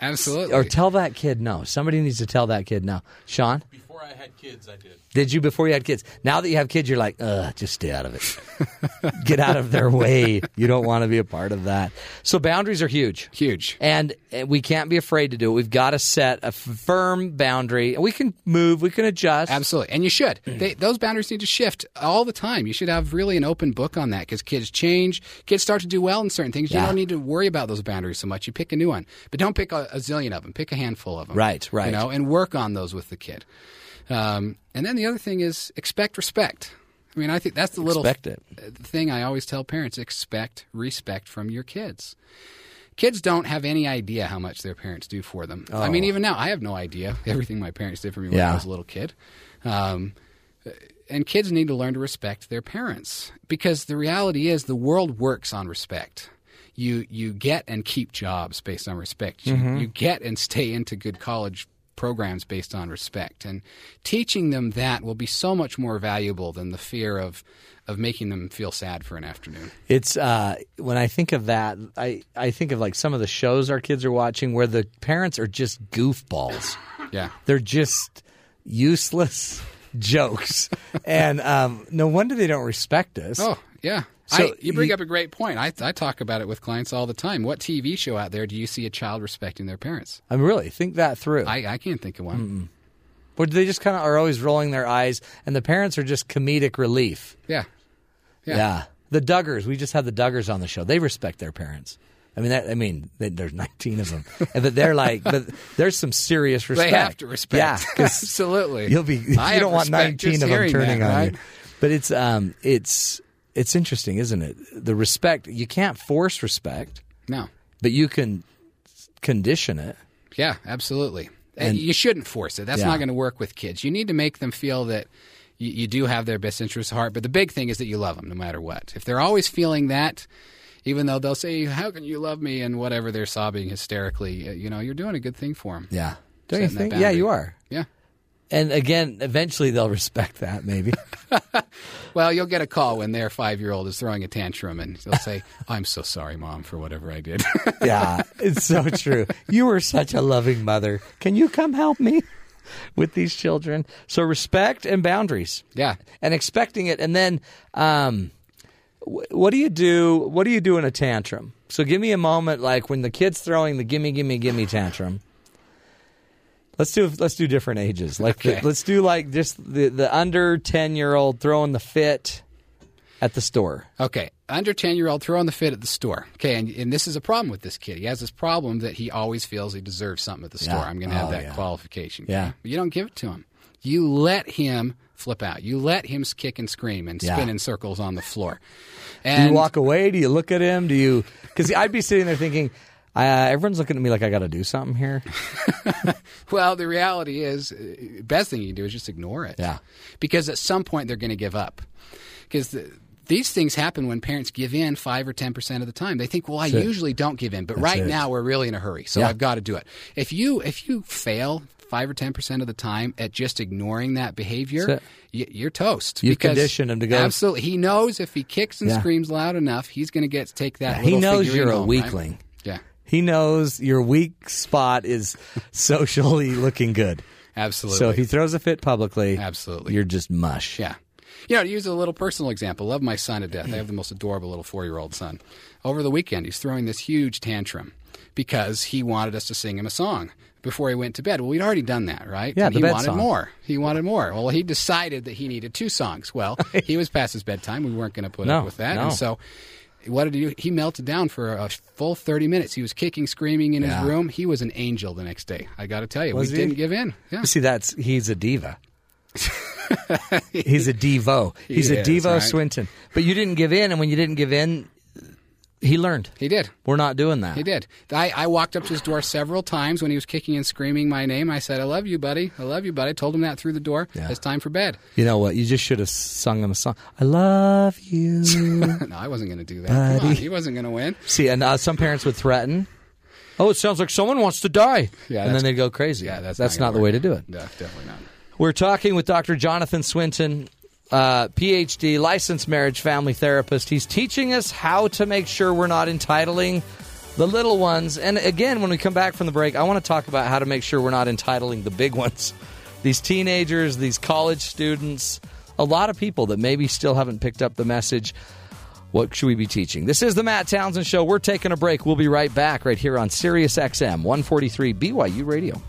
Absolutely.
Or tell that kid no. Somebody needs to tell that kid no. Sean,
Before I had kids, I did.
did you before you had kids? Now that you have kids, you're like, ugh, just stay out of it. Get out of their way. You don't want to be a part of that. So boundaries are huge.
Huge.
And uh, we can't be afraid to do it. We've got to set a firm boundary. We can move, we can adjust.
Absolutely, and you should. They, those boundaries need to shift all the time. You should have really an open book on that because kids change. Kids start to do well in certain things.
Yeah.
You don't need to worry about those boundaries so much. You pick a new one, but don't pick a, a zillion of them. Pick a handful of them.
Right, right.
You know, and work on those with the kid. Um, and then the other thing is expect respect. I mean, I think that's the little
Expect it.
uh, thing I always tell parents: expect respect from your kids. Kids don't have any idea how much their parents do for them. I mean, even now, I have no idea everything my parents did for me when
Yeah.
I was a little kid. Um, and kids need to learn to respect their parents because the reality is the world works on respect. You you get and keep jobs based on respect. You, you get and stay into good college programs based on respect. And teaching them that will be so much more valuable than the fear of of making them feel sad for an afternoon.
It's uh, when I think of that, I, I think of like some of the shows our kids are watching where the parents are just goofballs.
Yeah.
They're just useless jokes, and um, no wonder they don't respect us.
Oh, yeah.
So
I, you bring
you-
up a great point. I, I talk about it with clients all the time. What TV show out there do you see a child respecting their parents?
I mean, really think that through.
I, I can't think of one.
but they just kind of are always rolling their eyes, and the parents are just comedic relief.
Yeah.
Yeah.
Yeah.
the Duggars. We just had the Duggars on the show. They respect their parents. I mean, that, I mean, th there's 19 of them, and but they're like, but there's some serious respect.
They have to respect.
Yeah, 'cause
absolutely.
You'll be.
I
you
have
don't want
respect
nineteen of
just
them
hearing
turning
that,
on
right?
you. But it's um, it's it's interesting, isn't it? The respect you can't force respect,
No.
but you can condition it.
Yeah, absolutely. And,
And-
you shouldn't force it. That's
Yeah.
not going to work with kids. You need to make them feel that you, you do have their best interests at heart. But the big thing is that you love them no matter what. If they're always feeling that, even though they'll say, "How can you love me?" and whatever they're sobbing hysterically, you know, you're doing a good thing for them.
Yeah, don't you
Setting that
think? Yeah,
boundary.
you are.
Yeah.
And again, eventually they'll respect that, maybe.
Well, you'll get a call when their five year old is throwing a tantrum and they'll say, I'm so sorry, mom, for whatever I did.
yeah, it's so true. You were such a loving mother. Can you come help me with these children? So respect and boundaries.
yeah.
and expecting it. And then, um, wh- what do you do? What do you do in a tantrum? So give me a moment, like when the kid's throwing the gimme, gimme, gimme tantrum. Let's do let's do different ages. Like the-
Okay.
let's do like just the the under ten year old throwing the fit at the store.
Okay, under 10 year old throwing the fit at the store. Okay, and, and this is a problem with this kid. He has this problem that he always feels he deserves something at the store. I'm going to have
Oh,
that
yeah.
qualification.
Yeah.
But you don't give it to him. You let him flip out. You let him kick and scream and
Yeah.
spin in circles on the floor.
Do
And
you walk away? Do you look at him? Do you? Because I'd be sitting there thinking, uh, everyone's looking at me like I got to do something here.
Well, the reality is, uh, best thing you can do is just ignore it.
Yeah.
Because at some point they're going to give up. Because the, these things happen when parents give in five or ten percent of the time. They think, "Well, I usually don't give in, but right
it.
now we're really in a hurry, so
Yeah.
I've got to do it." If you if you fail five or ten percent of the time at just ignoring that behavior,
That's
y- you're toast.
You've
because
conditioned him to go-
Absolutely, he knows if he kicks and
Yeah.
screams loud enough, he's going to get take that.
he
little
knows
figurine
you're a
home, right?
weakling.
Yeah,
He knows your weak spot is socially looking good.
absolutely.
So if he throws a fit publicly,
Absolutely.
you're just mush.
Yeah. You know, to use a little personal example, love my son to death. I have the most adorable little four year old son. Over the weekend, he's throwing this huge tantrum because he wanted us to sing him a song before he went to bed. Well, we'd already done that, right?
Yeah,
And
the
he
bed
wanted
song.
more. He wanted more. Well, he decided that he needed two songs. Well, he was past his bedtime. We weren't going to put
No,
up with that.
no.
And so. What did he do? He melted down for a full 30 minutes. He was kicking, screaming in
Yeah.
his room. He was an angel the next day. I got to tell you,
Was
we
he?
didn't give in. Yeah.
See, that's he's a diva. he's a Devo. He's a
is,
Devo
right?
Swinton. But you didn't give in, and when you didn't give in, he learned.
He did.
We're not doing that.
He did. I, I walked up to his door several times when he was kicking and screaming my name. I said, I love you, buddy. I love you, buddy. I told him that through the door.
Yeah.
It's time for bed.
You know what? You just should have sung him a song. I love you.
No, I wasn't going to do that. Come on,
Buddy.
he wasn't going to win.
See, and uh, some parents would threaten. Oh, it sounds like someone wants to die.
Yeah,
and then
that's-
they go crazy.
Yeah, that's,
that's not,
not
the
gonna
way to
work.
do it.
No, definitely not.
We're talking with Dr. Jonathan Swinton, uh, PhD, licensed marriage family therapist. He's teaching us how to make sure we're not entitling the little ones. And again, when we come back from the break, I want to talk about how to make sure we're not entitling the big ones. These teenagers, these college students, a lot of people that maybe still haven't picked up the message. What should we be teaching? This is the Matt Townsend Show. We're taking a break. We'll be right back right here on Sirius XM 143 BYU Radio.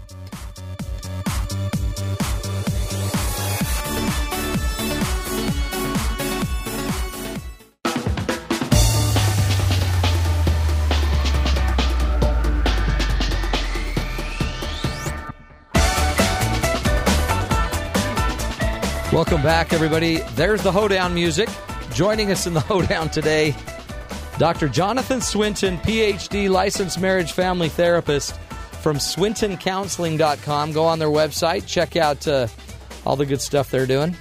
Welcome back, everybody. There's the hoedown music. Joining us in the hoedown today, Dr. Jonathan Swinton, PhD, licensed marriage family therapist from swintoncounseling.com. Go on their website, check out uh, all the good stuff they're doing.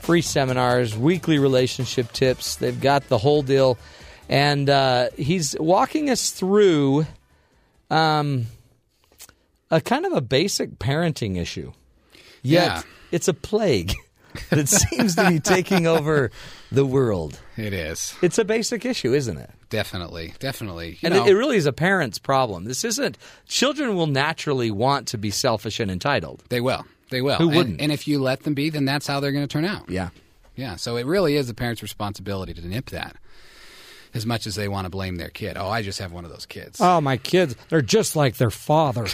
Free seminars, weekly relationship tips. They've got the whole deal. And uh, he's walking us through um, a kind of a basic parenting issue. Yet,
Yeah.
it's a plague that seems to be taking over the world.
It is.
It's a basic issue, isn't it?
Definitely. Definitely. You
And
know,
it, it really is a parent's problem. This isn't. Children will naturally want to be selfish and entitled.
they will. They will.
Who
And-
wouldn't?
and if you let them be, then that's how they're going to turn out.
Yeah.
Yeah, so it really is the parents' responsibility to nip that as much as they want to blame their kid. Oh, I just have one of those kids.
Oh, my kids, they're just like their father.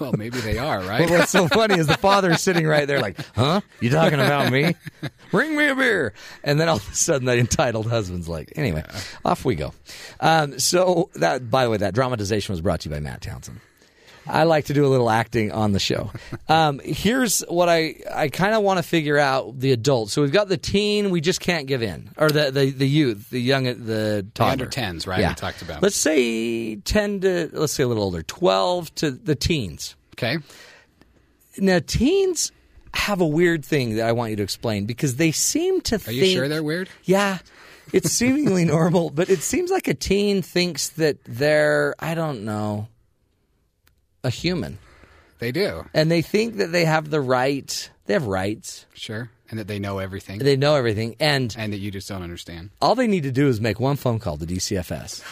Well, maybe they are, right?
but what's so funny is the father's sitting right there, like, huh? You talking about me? Bring me a beer. And then all of a sudden, the entitled husband's like, anyway, off we go. Um, so, that, by the way, that dramatization was brought to you by Matt Townsend. I like to do a little acting on the show. Um, here's what I, I kind of want to figure out the adult. So we've got the teen, we just can't give in, or the, the, the youth, the young, the toddler.
under 10s, right, we talked about.
Let's say 10 to, let's say a little older, 12 to the teens.
okay.
Now, teens have a weird thing that I want you to explain because they seem to
Are
think.
you sure they're weird?
Yeah. It's seemingly normal, but it seems like a teen thinks that they're, I don't know, a human.
They do.
and they think that they have the right. They have rights.
Sure. And that they know everything.
They know everything, and
and that you just don't understand.
all they need to do is make one phone call to DCFS.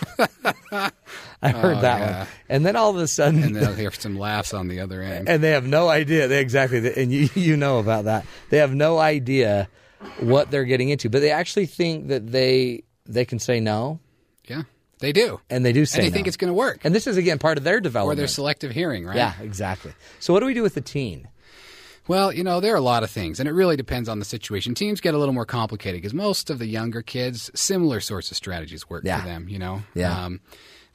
I heard that
Oh, yeah.
one, and then all of a sudden,
And they'll hear some laughs on the other end.
and they have no idea they, exactly the- and you, you know about that they have no idea what they're getting into but they actually think that they they can say no
Yeah. They do.
and they do say
And they
no.
think it's going to work.
and this is again part of their
Or
development
their selective hearing, right?
yeah exactly so what do we do with the teen
Well, you know, there are a lot of things, and it really depends on the situation. Teams get a little more complicated because most of the younger kids, similar sorts of strategies work
Yeah.
for them, you know?
Yeah.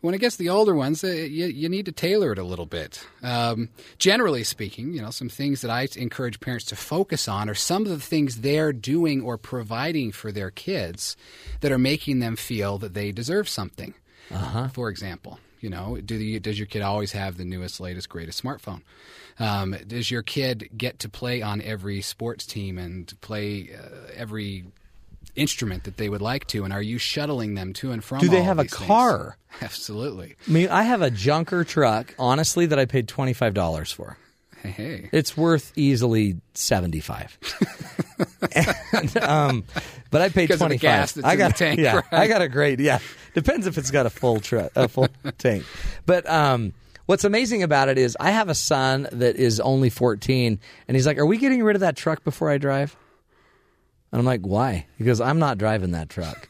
when it gets to the older ones, uh, you, you need to tailor it a little bit. Um, generally speaking, you know, some things that I encourage parents to focus on are some of the things they're doing or providing for their kids that are making them feel that they deserve something. For example, you know, do the, does your kid always have the newest, latest, greatest smartphone? Um, does your kid get to play on every sports team and play uh, every instrument that they would like to? And are you shuttling them to and from?
Do they
all of
have a
these things?
car?
Absolutely.
i mean i have a junker truck honestly that i paid $25 for
Hey, hey.
it's worth easily 75 and, um, but i paid
Because of
25
the gas that's
i
in the
got
tank,
yeah,
right?
i got a great yeah depends if it's got a full tru a full tank but um what's amazing about it is i have a son that is only 14 and he's like are we getting rid of that truck before i drive and i'm like why he goes i'm not driving that truck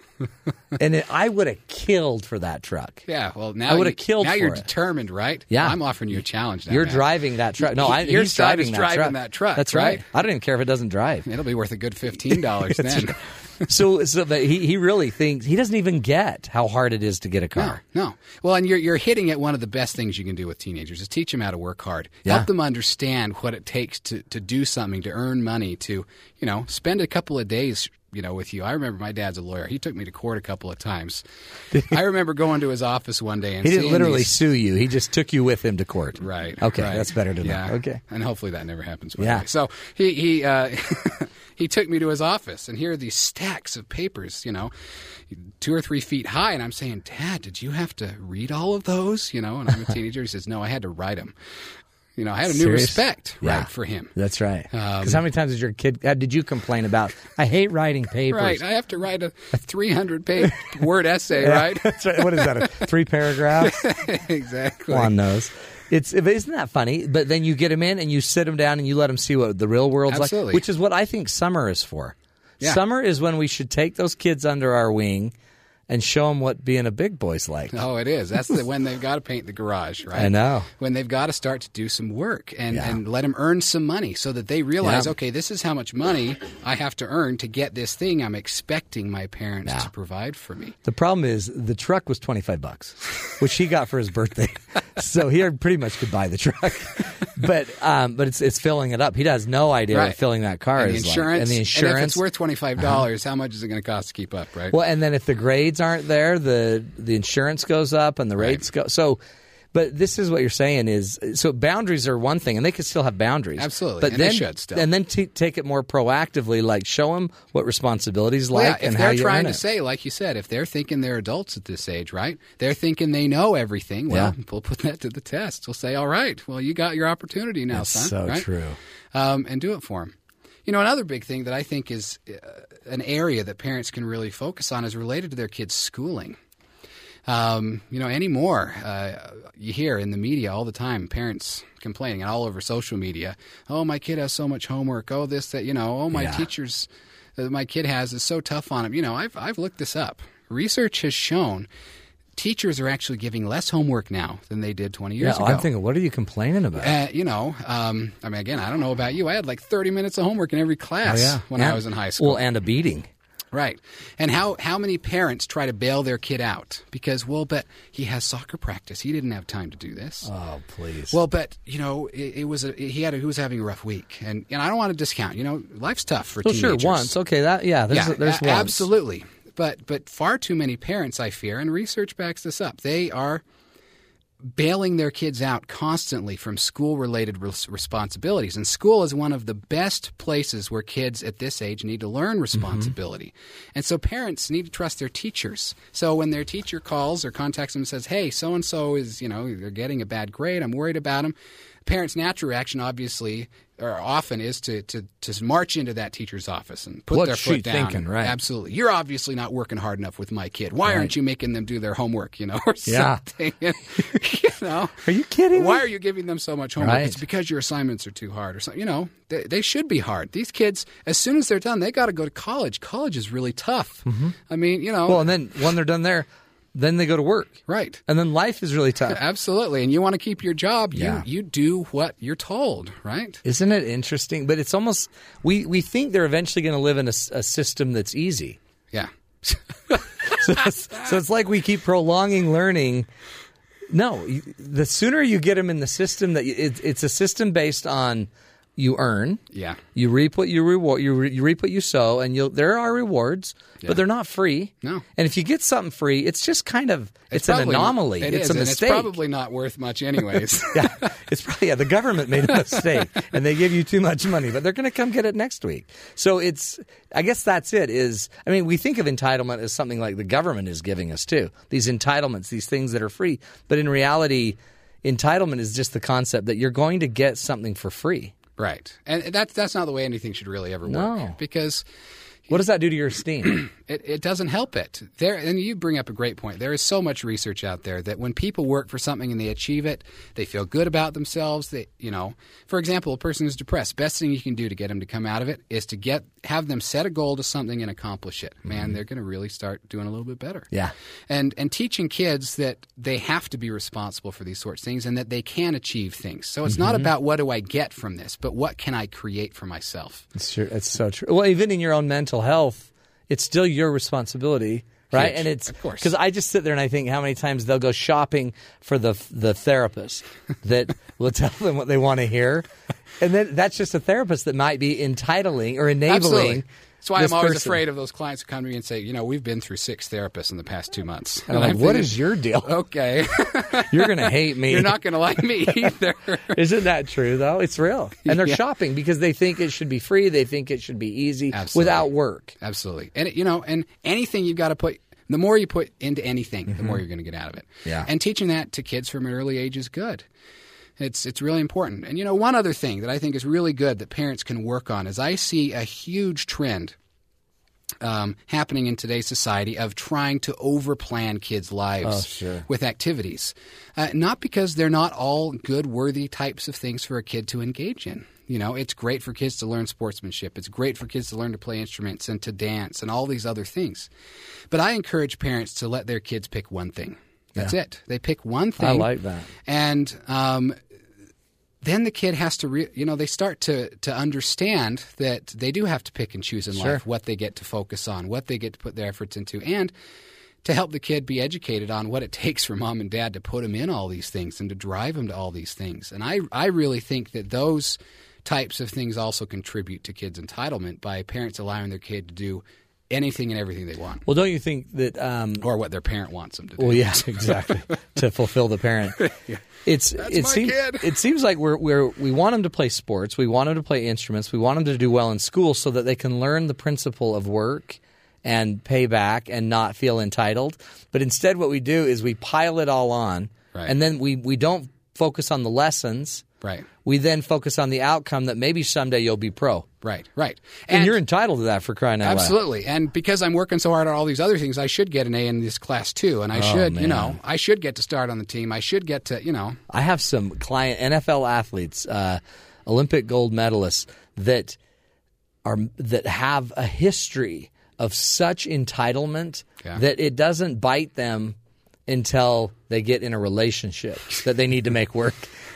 and it, i would have killed for that truck
Yeah. Well, now
I would've
you-
killed
Now
for
you're
it.
determined, right?
Yeah.
I'm offering you a challenge. Now,
you're
Matt.
driving that truck. No, I,
Your
he's
son
driving,
is
that,
driving
truck.
that truck,
That's right.
right?
I don't even care if it doesn't drive.
It'll be worth a good fifteen dollars then.
so so that he, he really thinks he doesn't even get how hard it is to get a
No,
car.
no. Well, and you're you're hitting at one of the best things you can do with teenagers is teach them how to work hard,
Yeah.
help them understand what it takes to to do something, to earn money, to you know spend a couple of days. You know, with you, I remember my dad's a lawyer. He took me to court a couple of times. I remember going to his office one day and
He didn't
seeing
literally
these-
sue you. He just took you with him to court.
Right.
Okay,
right.
that's better to
yeah.
know. Okay.
And hopefully that never happens. by the
Yeah.
way. So he he uh, he took me to his office, and here are these stacks of papers, you know, two or three feet high, and I'm saying, Dad, did you have to read all of those? You know, and I'm a teenager. he says, No, I had to write them. You know, I had a new
Serious?
respect,
Yeah.
right, for him. Um,
That's right. Because how many times did your kid? How did you complain about? I hate writing papers.
Right, I have to write a 300 page word essay, right?
That's right. What is that? A three paragraphs?
exactly.
Juan knows. It's isn't that funny? But then you get him in and you sit him down and you let him see what the real world's
Absolutely.
like, which is what I think summer is for.
Yeah.
Summer is when we should take those kids under our wing and show them what being a big boy's like.
Oh, it is. That's the, when they've got to paint the garage, right?
I know.
When they've got to start to do some work and,
Yeah.
and let them earn some money so that they realize,
Yeah.
okay, this is how much money I have to earn to get this thing I'm expecting my parents to provide for me.
The problem is the truck was 25 bucks, which he got for his birthday. so he pretty much could buy the truck. But um, but it's it's filling it up. He has no idea what
Right.
filling that car
and the
is like.
insurance.
and the
if
insurance
it's worth $25, dollars how much is it going to cost to keep up, right?
Well, and then if the grades aren't there, the the insurance goes up and the rates go. So, but this is what you're saying is so boundaries are one thing, and they can still have boundaries,
Absolutely,
But
and they
then
should still.
and then t- take it more proactively, like show them what responsibilities like
yeah, if
and
they're
how you
trying
earn
to
it.
say, like you said, if they're thinking they're adults at this age, right? They're thinking they know everything. Well,
Yeah.
we'll put that to the test. We'll say, all right, well, you got your opportunity now,
That's
son.
so
right?
true.
um, and do it for them. You know, another big thing that I think is uh, an area that parents can really focus on is related to their kids' schooling. Um, you know, anymore, uh, you hear in the media all the time parents complaining and all over social media. Oh, my kid has so much homework. Oh, this, that, you know. Oh, my
Yeah.
teacher's, that my kid has is so tough on him. You know, I've, I've looked this up. Research has shown teachers are actually giving less homework now than they did 20
yeah,
years ago.
I'm thinking, what are you complaining about?
Uh, you know, um, I mean, again, I don't know about you. I had like 30 minutes of homework in every class when I
And-
was in high school.
Oh, Well, and a beating.
right. And how, how many parents try to bail their kid out? Because, well, but he has soccer practice. He didn't have time to do this.
Oh, please.
Well, but you know, it, it was a, he had a, he was having a rough week, and and I don't want to discount. You know, life's tough for
well, Oh, sure,
teenagers.
once. Okay, that yeah. There's
yeah,
there's
a-
once.
absolutely. But but far too many parents, I fear, and research backs this up. They are bailing their kids out constantly from school-related res- responsibilities, and school is one of the best places where kids at this age need to
Mm-hmm.
learn responsibility. And so parents need to trust their teachers. So when their teacher calls or contacts them and says, "Hey, so and so is you know they're getting a bad grade. I'm worried about them." parents' natural reaction, obviously, or often, is to to, to march into that teacher's office and put
What's
their foot
she
down.
thinking, right.
Absolutely. You're obviously not working hard enough with my kid. Why aren't you making them do their homework? You know, or
Yeah.
something. you know.
Are you kidding me?
Why are you giving them so much homework?
Right.
It's because your assignments are too hard or something. You know, they, they should be hard. These kids, as soon as they're done, they got to go to college. College is really tough. I mean, you know,
Mm-hmm. Well, and then when they're done there, then they go to work.
right.
And then life is really tough.
Absolutely. And you want to keep your job,
Yeah.
you, you do what you're told, right?
Isn't it interesting? But it's almost, we, we think they're eventually going to live in a, s- a system that's easy.
Yeah.
So it's, so it's like we keep prolonging learning. No, you, the sooner you get them in the system that you- it, it's a system based on you earn.
Yeah.
You reap what you reward. You, re, you reap what you sow, and you'll, there are rewards, but they're not free.
No.
And if you get something free, it's just kind of it's, an
probably-
anomaly.
It
it's
is,
a
and
mistake.
It's probably not worth much, anyways.
yeah, it's probably yeah. The government made a mistake, and they give you too much money, but they're going to come get it next week. So it's, I guess that's it. Is I mean, we think of entitlement as something like the government is giving us too. These entitlements, these things that are free, but in reality, entitlement is just the concept that you're going to get something for free.
right. And that's, that's not the way anything should really ever work.
No.
Because
What does that do to your esteem?
it, it doesn't help it. There, and you bring up a great point. There is so much research out there that when people work for something and they achieve it, they feel good about themselves. They, you know, for example, a person who's depressed. Best thing you can do to get them to come out of it is to get have them set a goal to something and accomplish it. Man, they're going to really start doing a little bit better.
Yeah.
and and teaching kids that they have to be responsible for these sorts of things and that they can achieve things. So it's not about what do I get from this, but what can I create for myself.
It's true. It's so true. Well, even in your own mental health, it's still your responsibility, right?
Huge.
And it's
Of course.
because I just sit there and I think how many times they'll go shopping for the the therapist that will tell them what they want to hear, and then that's just a therapist that might be entitling or enabling.
Absolutely. That's why
this
I'm always
person.
afraid of those clients who come to me and say, you know, we've been through six therapists in the past two months.
And I'm like, what is your deal?
Okay.
You're going to hate me.
You're not going to like me either.
Isn't that true though? It's real, and they're shopping because they think it should be free. They think it should be easy
Absolutely.
without work.
Absolutely. And, it- you know, and anything you've got to put, the more you put into anything, the more you're going to get out of it.
Mm-hmm. Yeah.
And teaching that to kids from an early age is good. It's, it's really important. And, you know, one other thing that I think is really good that parents can work on is I see a huge trend um, happening in today's society of trying to overplan kids'
Oh,
lives with activities, uh, not because they're not all good, worthy types of things for a kid to engage in. You know, it's great for kids to learn sportsmanship. It's great for kids to learn to play instruments and to dance and all these other things. But I encourage parents to let their kids pick one thing. That's it. They pick one thing.
like that.
And um, then the kid has to, re- you know, they start to to understand that they do have to pick and choose in life what they get to focus on, what they get to put their efforts into, and to help the kid be educated on what it takes for mom and dad to put him in all these things and to drive him to all these things. And I I really think that those types of things also contribute to kids' entitlement by parents allowing their kid to do anything and everything they want
Well, don't you think that um,
or what their parent wants them to do.
Well, yeah, exactly. to fulfill the parent, it's it
my
seems
kid.
it seems like we're we're we want them to play sports, we want them to play instruments, we want them to do well in school, so that they can learn the principle of work and pay back and not feel entitled. But instead, what we do is we pile it all on,
Right.
and then we we don't focus on the lessons.
Right.
We then focus on the outcome that maybe someday you'll be pro.
Right, right.
And, you're entitled to that for crying out loud.
Absolutely. And because I'm working so hard on all these other things, I should get an A in this class too.
Oh,
And I should, you know, I should get to start on the team. I should get to, you know,
I have some client NFL athletes, uh, Olympic gold medalists that are that have a history of such entitlement
Yeah.
that it doesn't bite them until they get in a relationship that they need to make work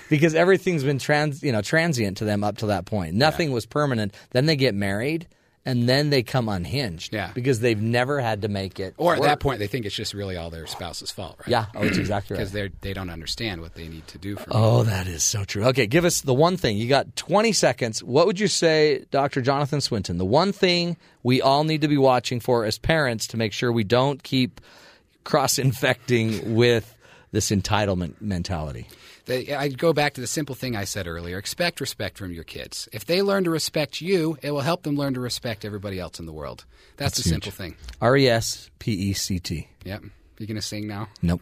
because everything's been trans you know transient to them up to that point. Nothing was permanent. Then they get married and then they come unhinged
Yeah.
because they've never had to make it
or at that
work.
point they think it's just really all their spouse's fault, right?
Yeah, oh, that's exactly right.
Because they they don't understand what they need to do for.
Oh, that is so true. Okay, give us the one thing. You got 20 seconds. What would you say, Dr. Jonathan Swinton, the one thing we all need to be watching for as parents to make sure we don't keep cross infecting with this entitlement mentality?
They, I go back to the simple thing I said earlier: expect respect from your kids. If they learn to respect you, it will help them learn to respect everybody else in the world. That's, the simple thing.
R E S P E C T.
Yep. You gonna sing now?
Nope.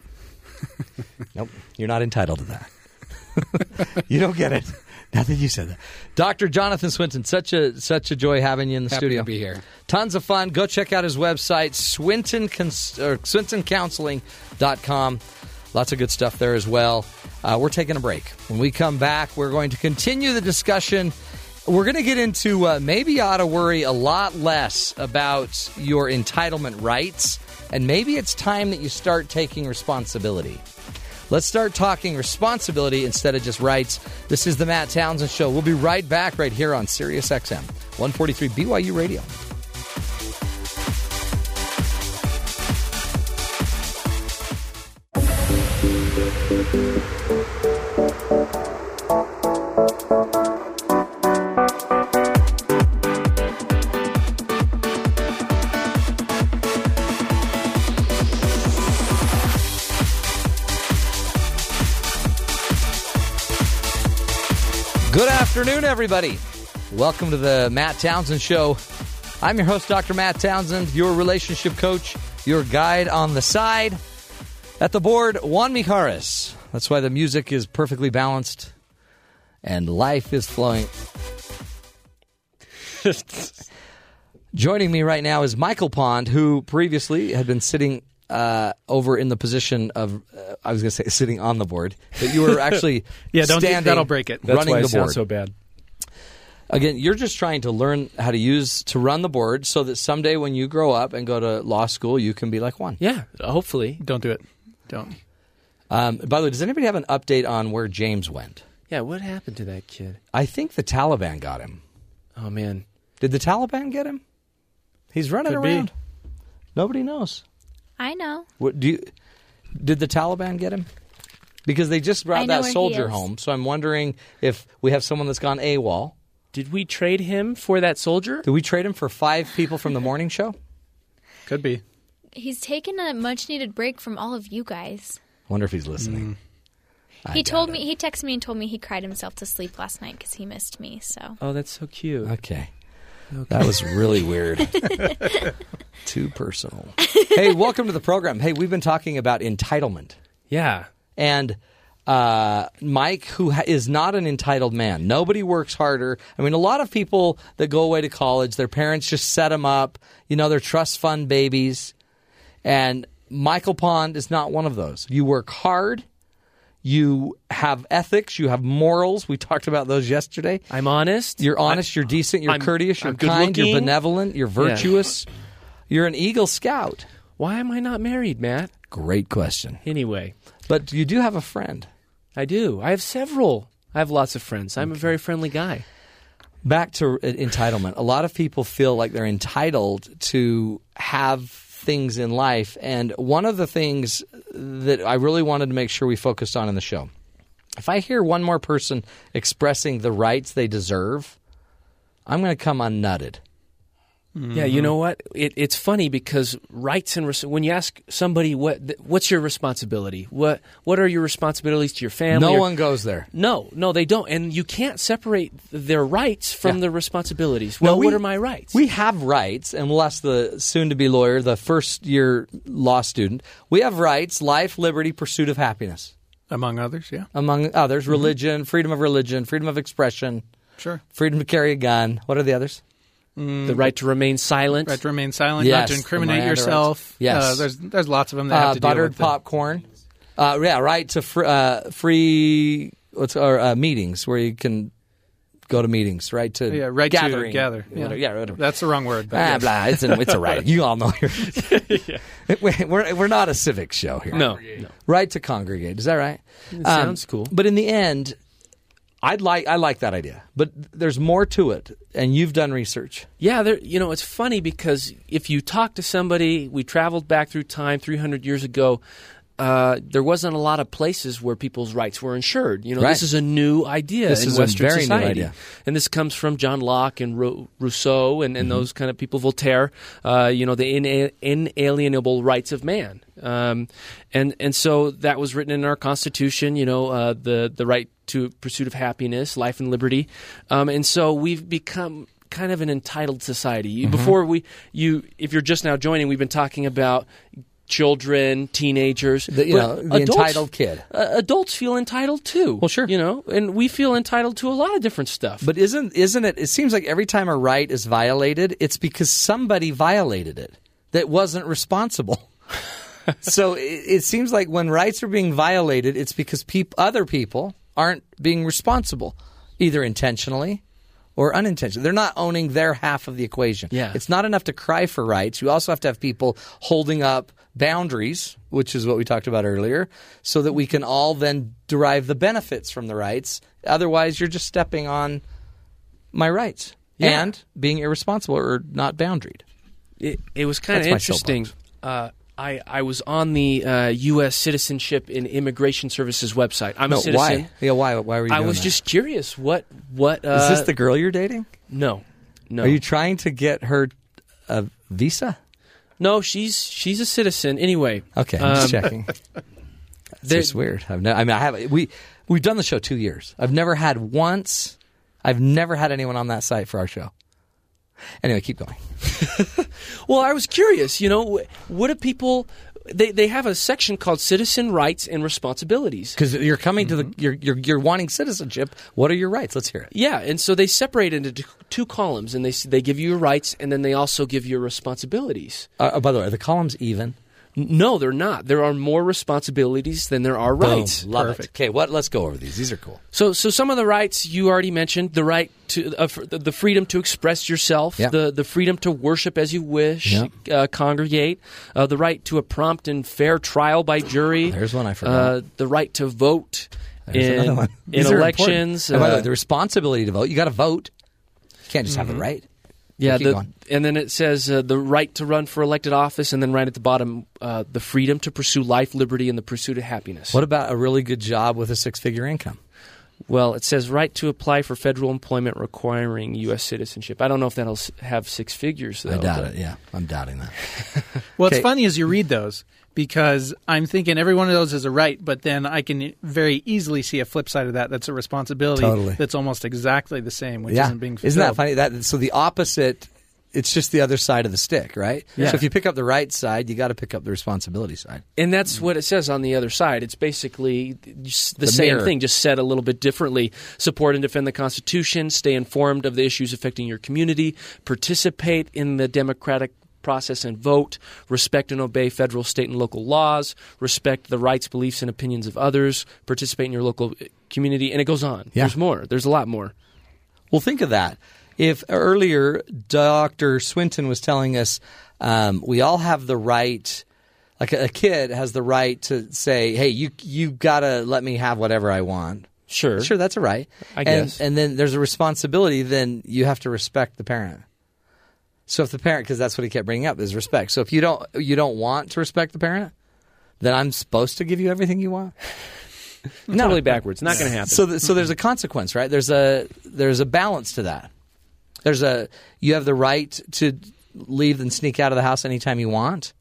nope. You're not entitled to that. you don't get it. Now that you said that, Doctor Jonathan Swinton, such a such a joy having you in the
Happy
studio.
to be here.
Tons of fun. Go check out his website, Swinton Cons- or SwintonCounseling.com. Lots of good stuff there as well. Uh, we're taking a break. When we come back, we're going to continue the discussion. We're going to get into uh, maybe you ought to worry a lot less about your entitlement rights, and maybe it's time that you start taking responsibility. Let's start talking responsibility instead of just rights. This is the Matt Townsend Show. We'll be right back right here on Sirius XM 143 BYU Radio. Good afternoon, everybody. Welcome to the Matt Townsend Show. I'm your host, Dr. Matt Townsend, your relationship coach, your guide on the side. At the board, Juan Mijares. That's why the music is perfectly balanced and life is flowing. Joining me right now is Michael Pond, who previously had been sitting uh, over in the position of, uh, I was going to say sitting on the board, but you were actually
Yeah, don't
standing,
think that'll break it.
That's
running
why
the
it
board
sounds so bad.
again you're just trying to learn how to use to run the board so that someday when you grow up and go to law school you can be like one
Yeah, hopefully.
Don't do it. Don't.
um, by the way does anybody have an update on where james went
Yeah, what happened to that kid?
i think the taliban got him
Oh man,
did the taliban get him he's running
Could be.
around nobody knows
I know.
what do you did the taliban get him because they just
I
brought
know
that
where he
soldier
is.
home so i'm wondering if we have someone that's gone awol
did we trade him for that soldier?
did we trade him for five people from the morning show
Could be.
He's taken a much needed break from all of you guys.
wonder if he's
Mm.
listening
he told me he texted me and told me he cried himself to sleep last night because he missed me. So
Oh, that's so cute.
Okay. That was really weird. Too personal. Hey, welcome to the program. Hey, we've been talking about entitlement.
Yeah.
And uh, Mike, who ha- is not an entitled man, nobody works harder. I mean, a lot of people that go away to college, their parents just set them up. You know, they're trust fund babies. And Michael Pond is not one of those. You work hard. You have ethics. You have morals. We talked about those yesterday.
I'm honest.
You're honest. you're decent. You're
I'm-
courteous. You're
I'm good
kind. You're
looking.
benevolent. You're virtuous. You're an Eagle Scout.
Why am I not married, Matt?
Great question.
Anyway,
But you do have a friend.
I do. I have several. I have lots of friends. I'm a very friendly guy.
Back to uh, entitlement. A lot of people feel like they're entitled to have things in life. And one of the things that I really wanted to make sure we focused on in the show if I hear one more person expressing the rights they deserve, I'm going to come unnutted.
Yeah,
Mm-hmm.
you know what? It, it's funny because rights and res- when you ask somebody what th- what's your responsibility, what what are your responsibilities to your family?
No
or-
one goes there.
No, no, they don't, and you can't separate their rights from
Yeah.
their responsibilities.
No,
Well,
we-
what are my rights?
We have rights, and we'll ask the soon to be lawyer, the first year law student. We have rights life, liberty, pursuit of happiness,
Among others, yeah.
among others, religion, freedom of religion, freedom of expression,
Sure.
freedom to carry a gun. What are the others?
the right to remain silent.
Right to remain silent,
Yes,
not to
the
incriminate
Miranda rights.
yourself.
Yes.
Uh, there's there's lots of them that have
Uh,
to deal
buttered
with. that-
popcorn. Uh, yeah, right to fr- uh, free what's or uh, meetings where you can go to meetings. Right to
Oh, Yeah, right
gathering,
to gather.
Whatever- yeah, whatever.
That's the wrong word. But
Ah,
yes.
blah, it's, a, it's a right. You all know. Your, we're, we're not a civic show here.
No, no.
right to congregate. Is that right? Um,
sounds cool.
But in the end, I'd like I like that idea, but there's more to it, and you've done research.
Yeah, there, you know, it's funny because if you talk to somebody, we traveled back through time 300 years ago. Uh, there wasn't a lot of places where people's rights were insured. You know,
Right.
this is a new idea
This
in
is a
Western
very new
society,
idea.
and this comes from John Locke and Ro- Rousseau and, and
Mm-hmm.
those kind of people, Voltaire. Uh, you know, the ina- inalienable rights of man, um, and and so that was written in our Constitution. You know, uh, the the right to pursuit of happiness, life and liberty, um, and so we've become kind
Mm-hmm.
of an entitled society. You Before we you if you're just now joining, we've been talking about children, teenagers,
The- you
but
know, the entitled kid.
uh, adults feel entitled too.
Well, sure.
you know, and we feel entitled to a lot of different stuff.
But isn't isn't it? It seems like every time a right is violated, it's because somebody violated it that wasn't responsible. so it, it seems like when rights are being violated, it's because peop, other people aren't being responsible, either intentionally or unintentionally. They're not owning their half of the equation.
Yeah.
it's not enough to cry for rights. You also have to have people holding up boundaries, which is what we talked about earlier, so that we can all then derive the benefits from the rights. Otherwise, you're just stepping on my rights
Yeah.
and being irresponsible or not boundaried.
it, it was kind of
That's my soapbox.
interesting. Uh, I I was on the uh, U.S. Citizenship and Immigration Services website. I'm a
No,
citizen.
why? Yeah, why? Why were you?
I
doing
was
that?
just curious. What what uh,
Is this the girl you're dating?
no no
Are you trying to get her a visa?
no? She's she's a citizen anyway.
Okay, I'm
Um,
just checking. It's
there-
just weird. I've no, I mean, I have we we've done the show two years. I've never had once. I've never had anyone on that site for our show. Anyway, keep going.
Well, I was curious. You know, wh- what do people? They they have a section called Citizen Rights and Responsibilities.
Because you're coming to
Mm-hmm.
the you're, you're you're wanting citizenship. What are your rights? Let's hear it.
Yeah, and so they separate into t- two columns, and they s- they give you your rights, and then they also give your responsibilities.
Uh, oh, by the way, are the columns even?
N- No, they're not. There are more responsibilities than there are rights.
Boom. love it. Okay, what? Let's go over these. These are cool.
So, so some of the rights you already mentioned: the right to uh, fr- the the freedom to express yourself,
Yeah.
the the freedom to worship as you wish,
Yeah.
uh, congregate, uh, the right to a prompt and fair trial by jury.
There's one I
Uh,
forgot.
the right to vote
There's another
in,
one.
in
These are important.
elections.
And by the
uh,
way, the responsibility to vote. You got to vote. You can't just have Mm-hmm. the right.
yeah,
keep
the-
going.
and then it says uh, the right to run for elected office, and then right at the bottom, uh, the freedom to pursue life, liberty, and the pursuit of happiness.
What about a really good job with a six-figure income?
Well, it says right to apply for federal employment requiring U.S. citizenship. I don't know if that'll s- have six figures though. but-
Yeah, I'm doubting that.
What's
Okay.
funny is you read those because I'm thinking every one of those is a right, but then I can very easily see a flip side of that. That's a responsibility
Totally.
that's almost exactly the same, which
yeah,
isn't being fulfilled.
isn't that funny? That so the opposite. It's just the other side of the stick, right?
Yeah.
So if you pick up the right side, you got to pick up the responsibility side.
And that's what it says on the other side. It's basically the, the same
mirror.
thing, just said a little bit differently. Support and defend the Constitution, stay informed of the issues affecting your community, participate in the democratic process and vote, respect and obey federal, state, and local laws, respect the rights, beliefs, and opinions of others, participate in your local eh, community, and it goes on.
Yeah.
There's more. There's a lot more.
Well, think of that. If earlier Dr. Swinton was telling us um, we all have the right, like a, a kid has the right to say, hey, you, you got to let me have whatever I want.
Sure.
Sure, that's a right.
I
and,
guess.
And then there's a responsibility, then you have to respect the parent. So if the parent, because that's what he kept bringing up, is respect. So if you don't, you don't want to respect the parent, then I'm supposed to give you everything you want.
Not really backwards. Not going to happen.
So, th- so there's a consequence, right? There's a there's a balance to that. There's a you have the right to leave and sneak out of the house anytime you want,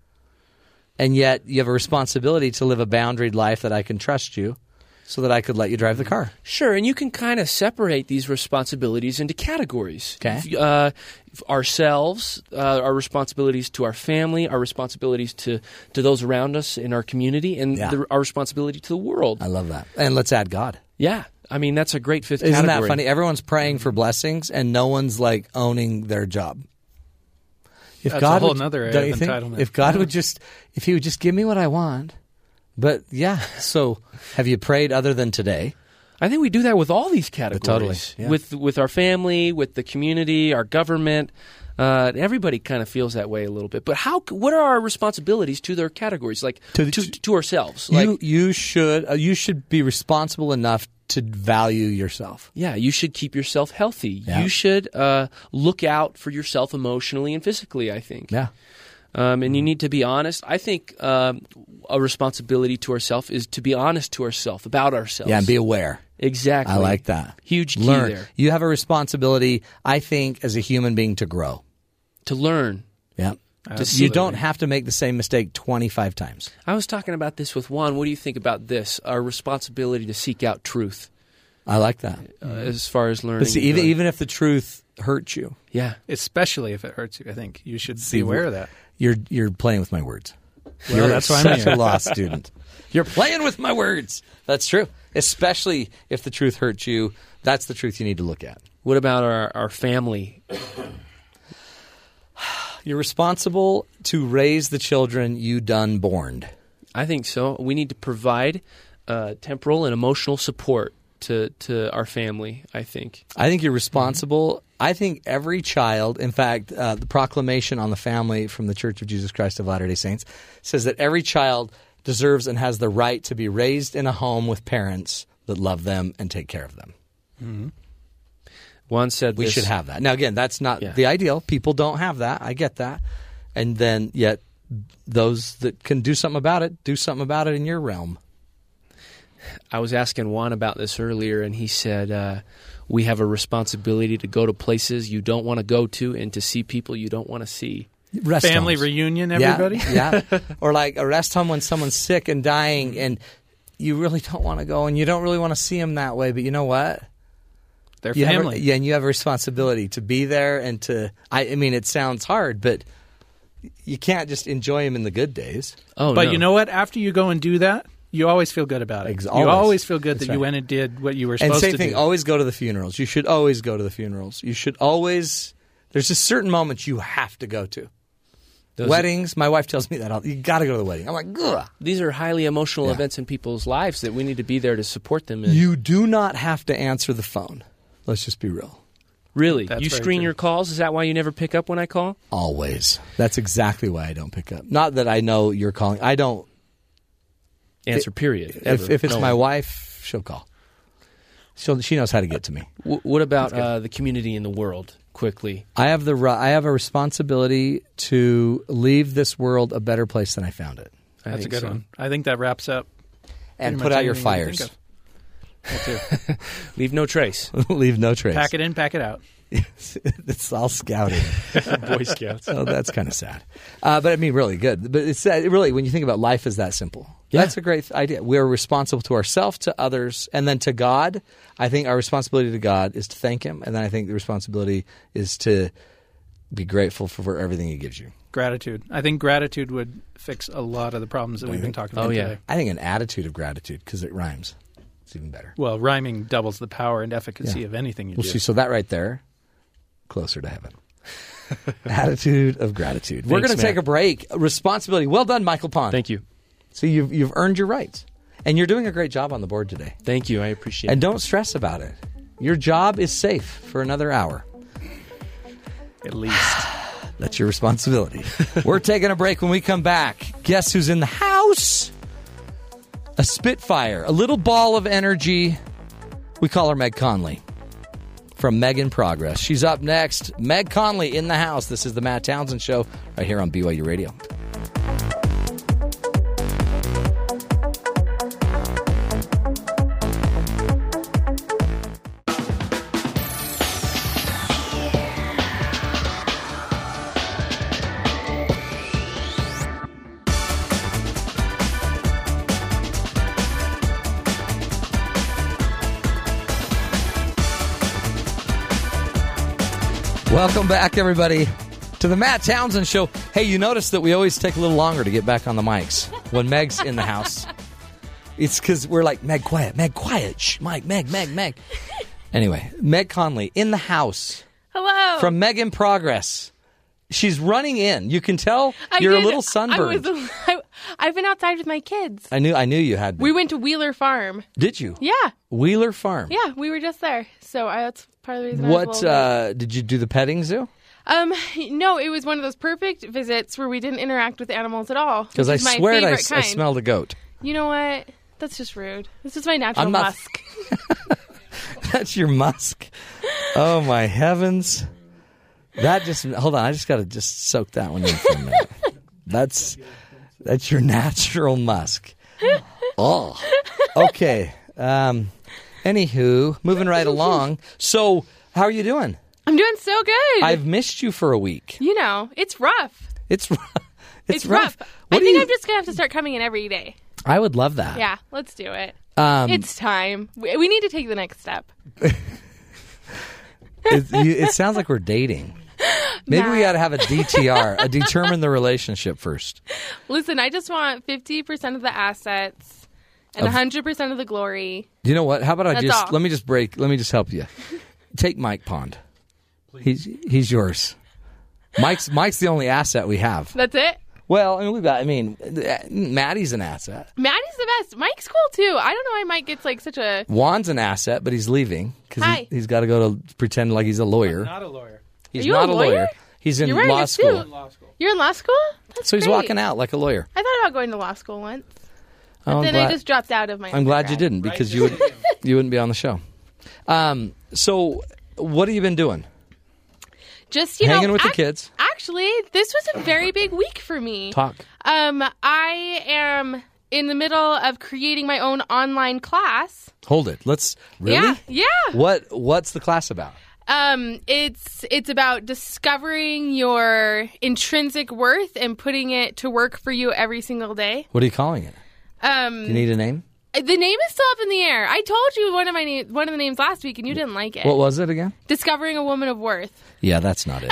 and yet you have a responsibility to live a boundaried life that I can trust you, so that I could let you drive the car.
Sure, and you can kind of separate these responsibilities into categories.
Okay.
If, Uh, if ourselves, uh, our responsibilities to our family, our responsibilities to, to those around us in our community, and
Yeah. Uh,
the, our responsibility to the world.
I love that. And let's add God.
yeah, I mean that's a great 5th
Isn't
category.
that funny? Everyone's praying for blessings, and no one's like owning their job. If
That's a
God
whole
would-
nother area
don't
of
you think?
entitlement.
If God would just, if He would just give me what I want, but yeah. So, have you prayed other than today?
I think we do that with all these categories.
totally, yeah.
With with our family, with the community, our government. Uh, everybody kind of feels that way a little bit. But how? c- What are our responsibilities to their categories? Like
To
to
the-
to, ourselves. Like
you you should uh, you should be responsible enough to value yourself.
Yeah, you should keep yourself healthy.
Yeah.
You should uh, look out for yourself emotionally and physically, I think.
Yeah.
Um, and you need to be honest. I think um, a responsibility to ourselves is to be honest to ourselves about ourselves.
Yeah, and be aware.
Exactly.
I like that.
Huge key
learn.
there.
You have a responsibility, I think, as a human being to grow.
To learn.
Yeah. You don't have to make the same mistake 25 times.
I was talking about this with Juan. What do you think about this? Our responsibility to seek out truth
I like that.
uh, as far as learning.
Mm-hmm. But see, even,
and
even if the truth hurts you,
yeah.
Especially if it hurts you, I think you should be aware of that.
you're you're playing with my words.
Well,
You're
that's why I'm
such
here.
a law student. You're playing with my words. That's true. Especially if the truth hurts you, that's the truth you need to look at.
What about our, our family?
You're responsible to raise the children you done borned.
I think so. We need to provide uh, temporal and emotional support to to our family. I think.
I think you're responsible. I think every child, in fact, uh, the proclamation on the family from the Church of Jesus Christ of Latter day Saints says that every child deserves and has the right to be raised in a home with parents that love them and take care of them.
One said
We
this-
should have that. Now, again, that's not
Yeah.
the ideal. People don't have that. I get that. And then, yet, those that can do something about it, do something about it in your realm.
I was asking Juan about this earlier, and he said uh, we have a responsibility to go to places you don't want to go to and to see people you don't want to see.
Family
Restaurants.
reunion, everybody.
Yeah, yeah. or like arrest him when someone's sick and dying, and you really don't want to go, and you don't really want to see him that way. But you know what?
Their
You have a-
family.
yeah, and you have a responsibility to be there and to. I, I mean, it sounds hard, but you can't just enjoy him in the good days.
Oh,
but
no.
you know what? After you go and do that, you always feel good about it.
Ex-
You
always.
always feel good
That's
that you
right.
went and did what you were
And
supposed
same
to
thing.
do.
Always go to the funerals. You should always go to the funerals. You should always. There's just certain moments you have to go to.
Those-
Weddings. my wife tells me that all, you got to go to the wedding. I'm like, Ugh.
these are highly emotional events in people's lives that we need to be there to support them. In.
you do not have to answer the phone. Let's just be real.
really,
That's
you
very
screen
true.
your calls. Is that why you never pick up when I call?
Always. That's exactly why I don't pick up. Not that I know you're calling. I don't.
Answer. period.
If,
Ever.
if it's
No.
my wife, she'll call. She'll, she knows how to get to me.
W- what about uh, the community in the world? Quickly,
I have the ri- I have a responsibility to leave this world a better place than I found it,
I
That's a
think
good
so.
one. I think that wraps up.
and
pretty
put
much
out your
everything you can
fires.
think
Leave no trace.
leave no trace.
of. Pack it in, pack it out.
it's all scouting.
Boy Scouts.
Oh, that's kind of sad. Uh, but I mean, really good. But it's uh, really when you think about life, is that simple? That's a great idea. We are responsible to ourselves, to others, and then to God. I think our responsibility to God is to thank Him, and then I think the responsibility is to be grateful for, for everything He gives you.
Gratitude. I think gratitude would fix a lot of the problems that we've been talking about
Oh, yeah.
today.
I think an attitude of gratitude because it rhymes. It's even better.
Well, rhyming doubles the power and efficacy
Yeah.
of anything you
Well,
do.
see, so that right there, closer to heaven. attitude of gratitude. We're
Thanks,
going to take
man.
a break. Responsibility. Well done, Michael Pond.
Thank you.
So you've you've earned your rights, and you're doing a great job on the board today.
Thank you. I appreciate
And
it.
don't stress about it. Your job is safe for another hour.
At least.
That's your responsibility. We're taking a break when we come back. Guess who's in the house? A Spitfire, a little ball of energy. We call her Meg Conley from Meg in Progress. She's up next. Meg Conley in the house. This is the Matt Townsend Show right here on BYU Radio. Welcome back, everybody, to the Matt Townsend Show. Hey, you notice that we always take a little longer to get back on the mics when Meg's in the house. It's because we're like, Meg, quiet, Meg, quiet, shh, Mike, Meg, Meg, Meg. Anyway, Meg Conley in the house
Hello.
from Meg in Progress. She's running in. You can tell
I
you're a
did-
little
I
sunburned.
was, I, have been outside with my kids.
I knew, I knew you had. Been.
We went to Wheeler Farm.
did you?
Yeah,
Wheeler Farm.
yeah, we were just there. So I, that's part of the reason. I was a
What
little late.
uh, did you do? The petting zoo?
um, no, it was one of those perfect visits where we didn't interact with animals at all.
Because
which
I
is my
swear I,
favorite
s- I
kind.
smelled a goat.
You know what? That's just rude. This is my natural
I'm not-
musk.
That's your musk. Oh my heavens. That just hold on, I just gotta just soak that one in for a minute. That's that's your natural musk. Oh. Okay. Um anywho, moving right along. So how are you doing?
I'm doing so good.
I've missed you for a week.
you know, it's rough.
It's rough. It's,
rough.
What
I
do
think
you-
I'm just gonna have to start coming in every day.
I would love that.
Yeah, let's do it.
Um,
it's time. We, we need to take the next step.
it, you, it sounds like we're dating. Maybe we got to have a DTR, a determine the relationship first.
Listen, I just want 50% of the assets and
Of-
100% of the glory.
You know what? How about I
That's
just
all.
let me just break. Let me just help you. Take Mike Pond. He's he's yours. Mike's Mike's the only asset we have.
That's it.
Well, I mean, we've got. I mean, Maddie's an asset.
Maddie's the best. Mike's cool too. I don't know why Mike gets like such a.
Juan's an asset, but he's leaving because
Hi.
he, has got to go to pretend like he's a lawyer.
Not a lawyer.
he's
Are you
not
a
a lawyer.
lawyer?
He's in
You're wearing
law
a suit.
school,
You're in law school? That's
so he's
great.
walking out like a lawyer.
I thought about going to law school once, but
Oh, I'm
then I
glad-
just dropped out of my.
I'm glad you
undergrad.
didn't because you would you wouldn't be on the show. Um, so what have you been doing?
Just you
Hanging
know,
with the
ac-
kids.
Actually, this was a very big week for me.
Talk.
Um, I am in the middle of creating my own online class.
Hold it. Let's really.
Yeah, yeah.
What What's the class about?
Um, it's it's about discovering your intrinsic worth and putting it to work for you every single day.
What are you calling it?
Um,
Do you need a name?
the name is still up in the air. I told you one of my na- one of the names last week, and you didn't like it.
What was it again?
Discovering a woman of worth.
Yeah, that's not it.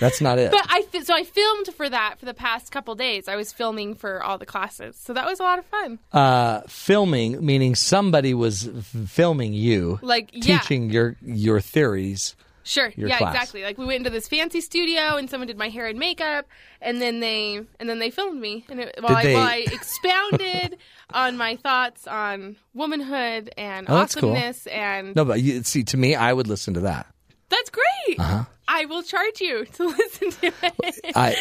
that's not it.
But I fi- so I filmed for that for the past couple days. I was filming for all the classes, so that was a lot of fun.
Uh, filming meaning somebody was f- filming you,
Like, yeah.
teaching your your theories.
Sure.
Your
yeah,
class.
exactly. Like we went into this fancy studio and someone did my hair and makeup and then they and then they filmed me and it, while,
Did they-
I, while I expounded on my thoughts on womanhood and
Oh, that's cool.
awesomeness and
No, but you, see, to me, I would listen to that.
that's great.
Uh-huh.
I will charge you to listen to it.
I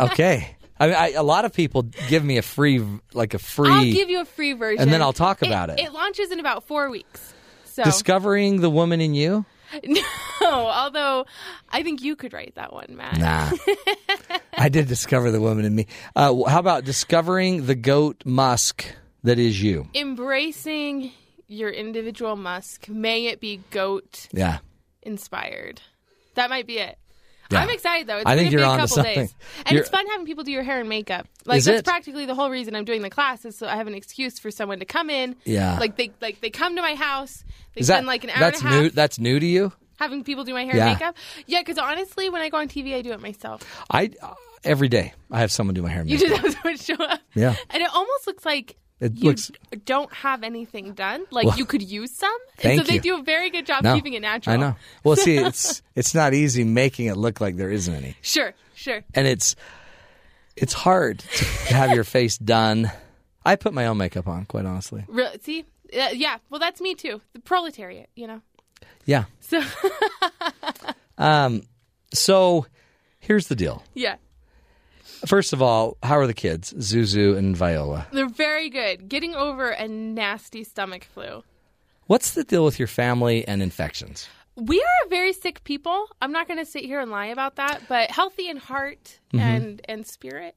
okay. I mean, I, a lot of people give me a free, like a free.
I'll give you a free version.
then I'll talk about it.
It launches in about 4 weeks. So
discovering the woman in you.
No, although I think you could write that one, Matt.
Nah. I did discover the woman in me. Uh, wh- how about discovering the goat musk that is you?
Embracing your individual musk, may it be goat
Yeah.
inspired. That might be it.
Yeah.
I'm excited though. It's
I think you're
gonna be a
onto
couple
something.
days. And
You're-
it's fun having people do your hair and makeup. Like
Is
that's
it?
practically the whole reason I'm doing the class is so I have an excuse for someone to come in.
Yeah.
Like they like they come to my house, they
Is that
spend like an hour
that's
and a half
new? That's new to you?
having people do my hair
Yeah.
and makeup. Yeah, because honestly when I go on TV I do it myself.
I uh, every day I have someone do my hair. And
You
makeup.
just have someone show up.
Yeah.
And it almost looks like
It
you
looks-
d- don't have anything done. Like
Well,
you could use some.
thank
and so they
you.
do a very good job
No.
keeping it natural.
I know. Well, see, it's it's not easy making it look like there isn't any,
Sure, sure.
and it's it's hard to have your face done. I put my own makeup on, quite honestly.
Re- see, uh, yeah. Well, that's me too. The proletariat, you know.
Yeah. So, um, so here's the deal.
Yeah,
First of all, how are the kids, Zuzu and Viola?
they're very good. Getting over a nasty stomach flu.
What's the deal with your family and infections?
We are a very sick people. I'm not going to sit here and lie about that, but healthy in heart
Mm-hmm.
and and spirit.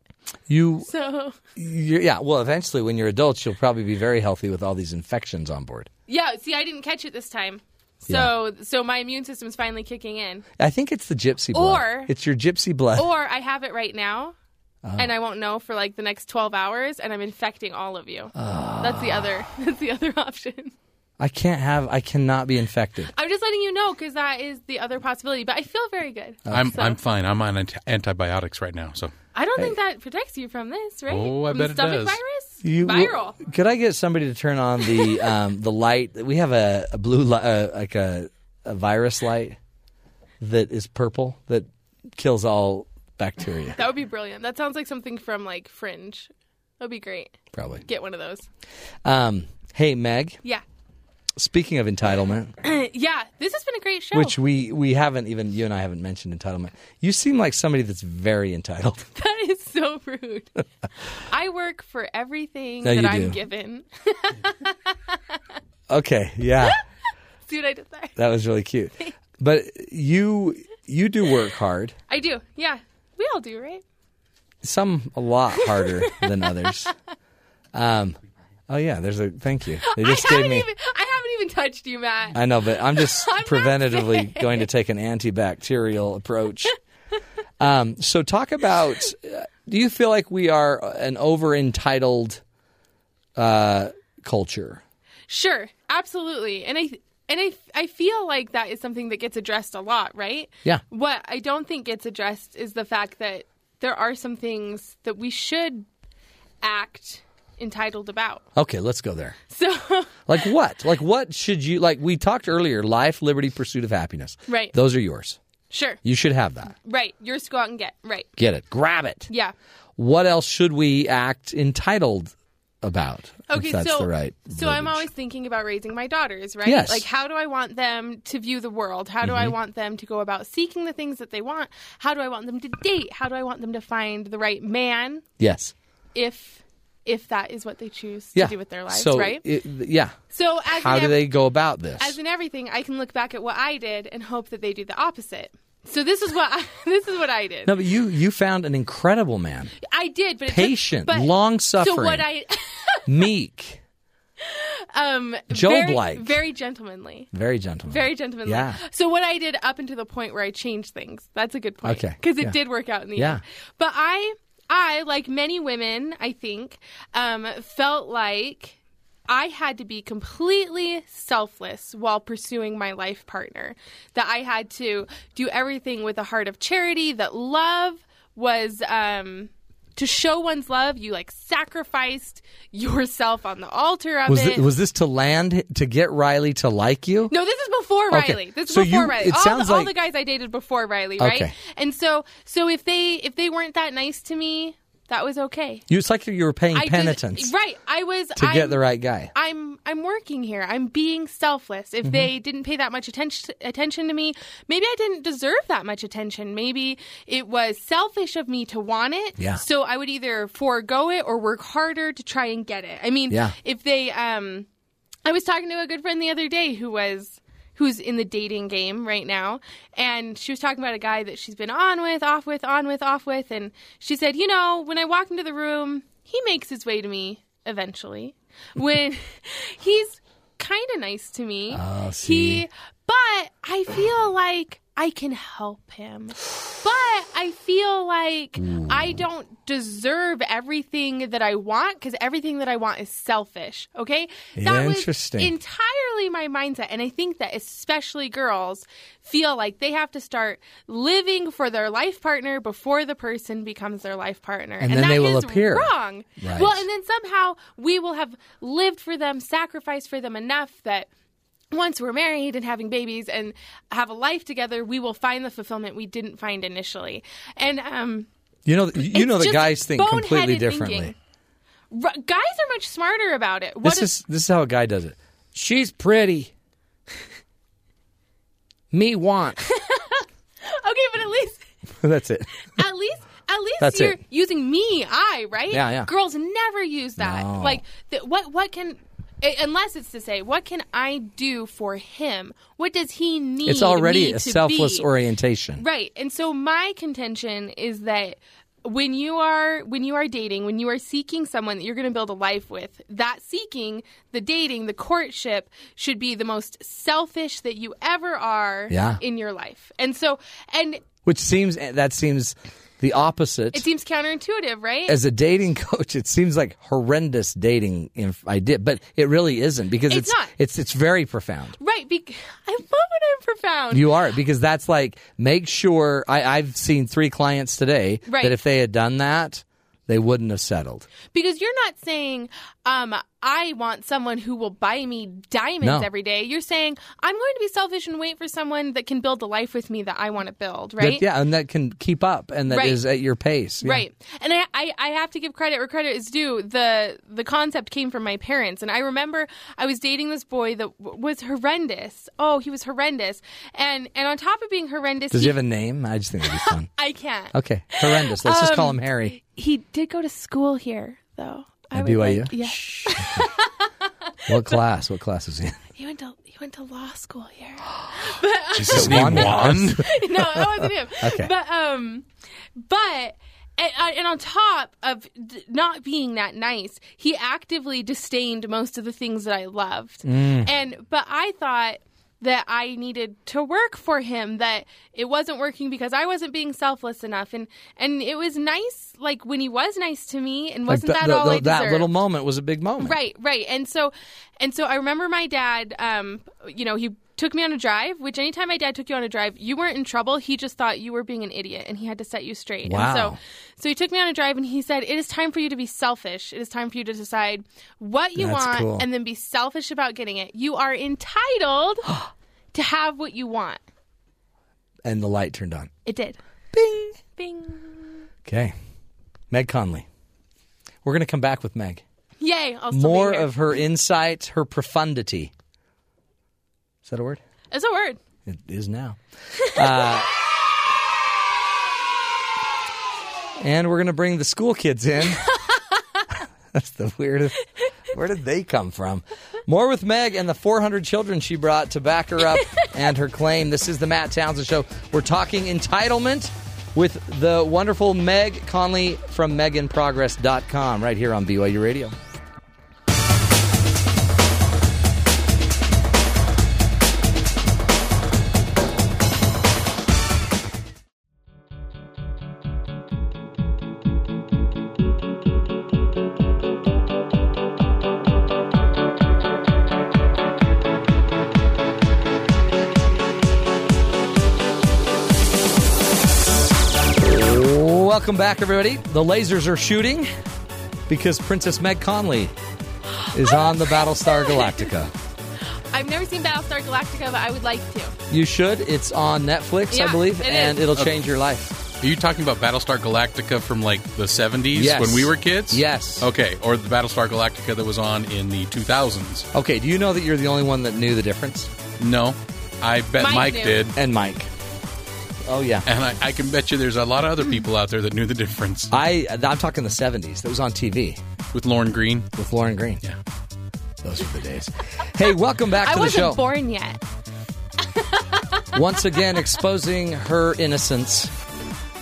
You,
So
you, yeah. Well, eventually, when you're adults, you'll probably be very healthy with all these infections on board.
yeah. See, I didn't catch it this time. So so my immune system's finally kicking in,
I think it's the gypsy blood.
Or-
it's your gypsy blood.
or I have it right now. And I won't know for like the next twelve hours, and I'm infecting all of you. that's the other. That's the other option.
I can't have. I cannot be infected.
I'm just letting you know because that is the other possibility. But I feel very good.
I'm
So-
I'm fine. I'm on anti- antibiotics right now. So
I don't think that protects you from this, right?
Oh, I
from
bet
the
it does.
stomach virus?
You,
Viral.
Could I get somebody to turn on the um, the light? We have a, a blue light, uh, like a, a virus light that is purple that kills all bacteria.
That would be brilliant. That sounds like something from like Fringe. That'd be great.
Probably.
Get one of those.
Um, hey Meg,
Yeah.
speaking of entitlement,
yeah. This has been a great show.
which we we haven't even you and I haven't mentioned entitlement. You seem like somebody that's very entitled.
that is so rude. I work for everything
No,
that
you
I'm
do.
given.
Okay, yeah,
See what I did there?
that was really cute. But you you do work hard.
I do. Yeah. We all do, right?
Some a lot harder than others. Um, oh yeah, there's a thank you. They just
I
gave
haven't
me.
even I haven't even touched you, Matt.
I know, but I'm just
I'm not
preventatively going to take an antibacterial approach. Um, so, talk about uh, do you feel like we are an over entitled uh, culture?
Sure, absolutely. And I and I, I feel like that is something that gets addressed a lot, right?
Yeah.
What I don't think gets addressed is the fact that there are some things that we should act entitled about.
Okay, let's go there.
So,
Like what? Like what should you like we talked earlier, life, liberty, pursuit of happiness.
Right.
Those are yours.
sure.
You should have that.
Right. Yours go out and get. Right.
Get it. Grab it.
Yeah.
What else should we act entitled about? if
Okay,
that's
so
the right.
so I'm always thinking about raising my daughters, right?
Yes. Mm-hmm.
Like how do I want them to view the world? How do I want them to go about seeking the things that they want? How do I want them to date? How do I want them to find the right man
Yes.
if if that is what they choose
Yeah.
to do with their lives,
so
right?
it- yeah.
so as
How
an
do
ev-
they go about this?
as in everything, I can look back at what I did and hope that they do the opposite. So this is what I, this is what I did.
no, but you you found an incredible man,
I did, but it took-
patient,
but-
long-suffering.
So what I
meek,
um
Job-like.
very, very gentlemanly.
very gentleman.
Very gentlemanly.
Yeah.
So what I did up until the point where I changed things. That's a good point.
Okay.
Because it
Yeah.
did work out in the
Yeah.
end. But I I, like many women, I think, um, felt like I had to be completely selfless while pursuing my life partner. That I had to do everything with a heart of charity, that love was um to show one's love, you like sacrificed yourself on the altar of
was
it.
thi- was this to land to get Riley to like you?
No, this is before
Okay.
Riley. This is
So
before
you-
Riley.
it
all,
sounds
the, all
like-
the guys I dated before Riley, right?
Okay.
And so, so if they if they weren't that nice to me, that was okay.
You, it's like you were paying
I
penitence
Did, right. I was
to
I'm,
get the right guy.
I'm I'm working here. I'm being selfless. If they didn't pay that much attention attention to me, maybe I didn't deserve that much attention. Maybe it was selfish of me to want it.
Yeah.
So I would either forego it or work harder to try and get it. I mean,
Yeah.
if they um I was talking to a good friend the other day who was who's in the dating game right now and she was talking about a guy that she's been on with, off with, on with, off with and she said, "You know, when I walk into the room, he makes his way to me eventually. When he's kind of nice to me,
Ah, see.
he but I feel like I can help him. But I feel like I don't deserve everything that I want because everything that I want is selfish. Okay? That
Interesting.
was entirely my mindset. And I think that especially girls feel like they have to start living for their life partner before the person becomes their life partner.
And then
that
they will
is
appear.
wrong.
Right.
Well, and then somehow we will have lived for them, sacrificed for them enough that once we're married and having babies and have a life together, we will find the fulfillment we didn't find initially. And um,
You know, you
it's
know the
just
guys think completely
boneheaded
differently.
thinking. R- guys are much smarter about it. What
This
is
is this is how a guy does it. She's pretty. Me want.
okay, but at least,
That's it.
at least. At least
That's
you're
it.
using me, I, right?
Yeah, yeah.
Girls never use that.
No.
Like, th- what? What can, i- unless it's to say, what can I do for him? What does he need?
It's already
me
a
to
selfless
be?
orientation.
Right. And so my contention is that when you are when you are dating, when you are seeking someone that you're going to build a life with, that seeking, the dating, the courtship should be the most selfish that you ever are
Yeah.
in your life. And so and
Which seems that seems the opposite.
it seems counterintuitive, right?
As a dating coach, it seems like horrendous dating inf- I did, but it really isn't because
It's
it's
not.
it's it's very profound.
right. Be- I love when I'm profound.
You are because that's like make sure I, I've seen three clients today
Right.
that if they had done that, they wouldn't have settled.
Because you're not saying, um, I want someone who will buy me diamonds
No.
every day. You're saying, I'm going to be selfish and wait for someone that can build the life with me that I want to build,
That-
right?
yeah, and that can keep up and that is
Right.
at your pace. Yeah.
Right. And I, I, I have to give credit where credit is due. The the concept came from my parents. And I remember I was dating this boy that w- was horrendous. Oh, he was horrendous. And and on top of being horrendous,
Does
he,
he have a name? I just think it'd be fun.
I can't.
Okay, horrendous. Let's just call
Um,
him Harry.
He did go to school here, though. I
At
would
BYU?
like- yeah.
What class? What class is he in?
He went to he went to law school here.
Is his name Juan?
no, that wasn't him.
Okay.
But um, but and, uh, and on top of d- not being that nice, he actively disdained most of the things that I loved. And but I thought that I needed to work for him that it wasn't working because I wasn't being selfless enough and and it was nice like when he was nice to me and
Like
wasn't that
the- the-
all I
that
deserved?
little moment was a big moment.
Right, right. And so and so I remember my dad um you know, he took me on a drive, which anytime my dad took you on a drive, you weren't in trouble. He just thought you were being an idiot and he had to set you straight. And
Wow.
so so he took me on a drive and he said, "It is time for you to be selfish. It is time for you to decide what you
That's
want
cool.
and then be selfish about getting it. You are entitled to have what you want."
And the light turned on.
It did.
Bing.
Bing.
Okay. Meg Conley. We're going to come back with Meg.
Yay. I'll still be
More
here.
of her insight, her profundity. Is that a word?
It's a word.
It is now. uh, and we're going to bring the school kids in. That's the weirdest. Where did they come from? More with Meg and the 400 children she brought to back her up and her claim. This is the Matt Townsend Show. We're talking entitlement with the wonderful Meg Conley from meginprogress.com right here on BYU Radio. Welcome back, everybody. The lasers are shooting because Princess Meg Conley is
Oh,
on the Battlestar Galactica.
I've never seen Battlestar Galactica, but I would like to.
You should. It's on Netflix, I
Yeah,
believe,
it
and
is.
it'll
Okay.
change your life.
Are you talking about Battlestar Galactica from like the 70s
Yes.
when we were kids?
Yes.
Okay, or the Battlestar Galactica that was on in the 2000s.
Okay, do you know that you're the only one that knew the difference?
No. I bet
Mike
Mike,
knew.
did.
And Mike. Oh, yeah.
And I, I can bet you there's a lot of other people out there that knew the difference.
I I'm talking the 70s. That was on TV.
With Lauren Green?
With Lauren Green.
Yeah.
Those were the days. hey, welcome back
I
to the
wasn't
show.
born yet.
Once again, exposing her innocence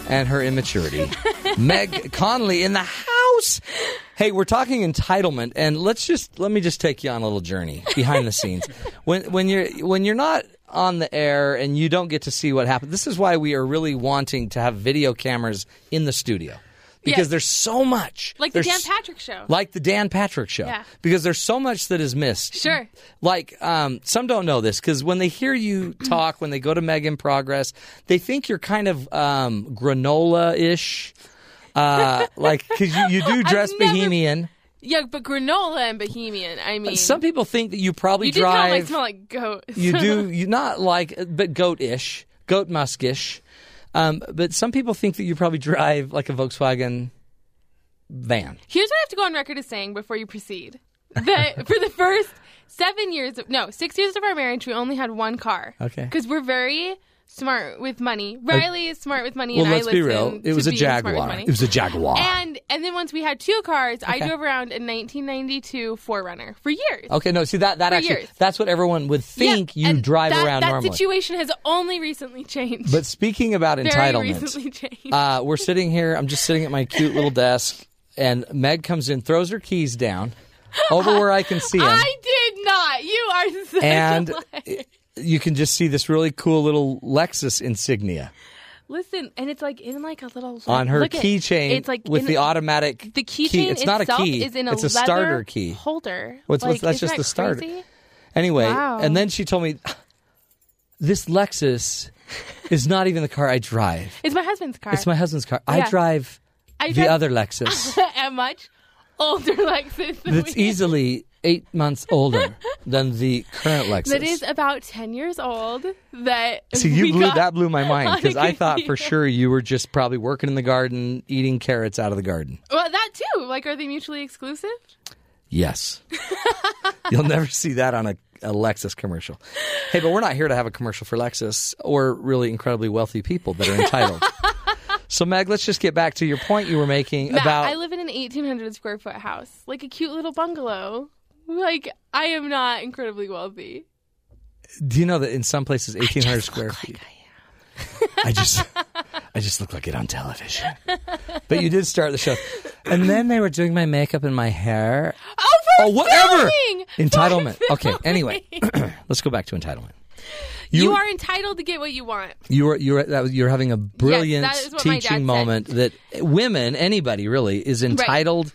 and her immaturity. Meg Conley in the house. Hey, we're talking entitlement, and let's just let me just take you on a little journey behind the scenes. When when you're when you're not on the air and you don't get to see what happens, this is why we are really wanting to have video cameras in the studio because
Yes.
there's so much,
Like the
There's
Dan Patrick show.
like the Dan Patrick show,
Yeah.
because there's so much that is missed.
Sure.
Like, um, some don't know this because when they hear you talk, when they go to Meg in Progress, they think you're kind of um, granola ish. Uh, like, because you, you do
I've
dress
never-
bohemian.
Yeah, but granola and bohemian. I mean,
Some people think that you probably
you do kind of like
drive.
smell like goat.
you do, you not like, but goat ish, goat muskish. Um, but some people think that you probably drive like a Volkswagen van.
Here's what I have to go on record as saying before you proceed: that for the first seven years, of, no, six years of our marriage, we only had one car.
Okay.
Because we're very smart with money. Riley is smart with money,
well,
and
let's
I
be
listen
real. It
to
was a
being smart with
Jaguar.
money.
It was a Jaguar.
And and then once we had two cars, I
Okay.
drove around a 1992 Forerunner for years.
Okay, no, see that that
For
actually
years.
that's what everyone would think you drive
that,
around
that
normally.
situation has only recently changed.
But speaking about
Very
entitlement,
recently changed.
uh, we're sitting here. I'm just sitting at my cute little desk, and Meg comes in, throws her keys down over where I can see them,
I did not. You are such
and
a liar.
you can just see this really cool little Lexus insignia
Listen, and it's like in like a little
on her
look at-
keychain.
It's like
with
in-
the automatic
The keychain
key. It's not a
itself
key.
Is in a
it's a
leather
starter key.
holder.
What's-
like,
what's- that's
isn't
just
that
the starter.
crazy?
Anyway,
Wow.
and then she told me this Lexus is not even the car I drive.
It's my husband's car.
It's my husband's car. I
Yeah.
drive
I
the
drive- Oh,
other Lexus
a much older Lexus. than
that's
we-
easily eight months older than the current Lexus.
That is about ten years old. That
See, you
we
blew
got
that blew my
on
mind
a
because I thought for
computer.
sure you were just probably working in the garden, eating carrots out of the garden.
Well, that too. Like, are they mutually exclusive?
Yes, you'll never see that on a, a Lexus commercial. Hey, but we're not here to have a commercial for Lexus or really incredibly wealthy people that are entitled. so, Meg, let's just get back to your point you were making
Matt,
about
I live in an 1,800 square foot house, like a cute little bungalow. Like, I am not incredibly wealthy.
Do you know that in some places, eighteen hundred square feet? I, just, I just look like it on television. But you did start the show, and then they were doing my makeup and my hair.
Oh, for
whatever
filming! For
entitlement. Okay,
filming!
anyway, let's go back to entitlement.
You, are entitled to get what you want.
You were you were that was you're having a brilliant
that is what my dad
teaching
said.
moment that women anybody really is entitled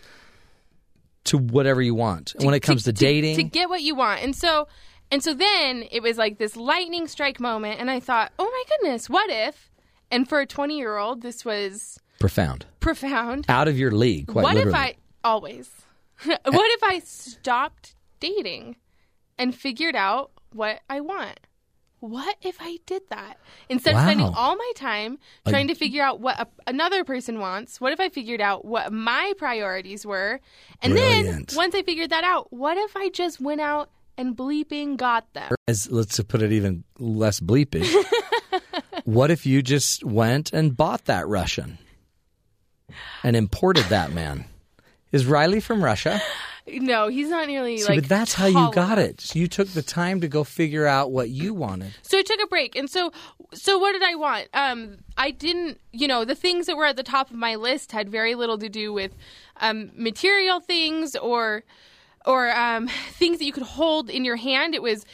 to whatever you want when it comes to, dating.
to get what you want. And so and so then it was like this lightning strike moment and I thought, "Oh my goodness, what if?" And for a 20-year-old, this was
profound.
profound.
Out of your league, quite
what
literally.
if I always What if I stopped dating and figured out what I want? What if Oh, I did that? Instead of spending
Wow.
all my time
A-
trying to figure out what a, another person wants, what if I figured out what my priorities were? And
Brilliant.
then once I figured that out, what if I just went out and bleeping got them?
As let's put it even less bleepy. what if you just went and bought that Russian and imported that man? Is Riley from Russia?
No, he's not nearly
See,
like
but that's how you
tall
got it. So you took the time to go figure out what you wanted.
So I took a break, and so so what did I want? Um, I didn't, you know, the things that were at the top of my list had very little to do with um, material things or or um, things that you could hold in your hand. It was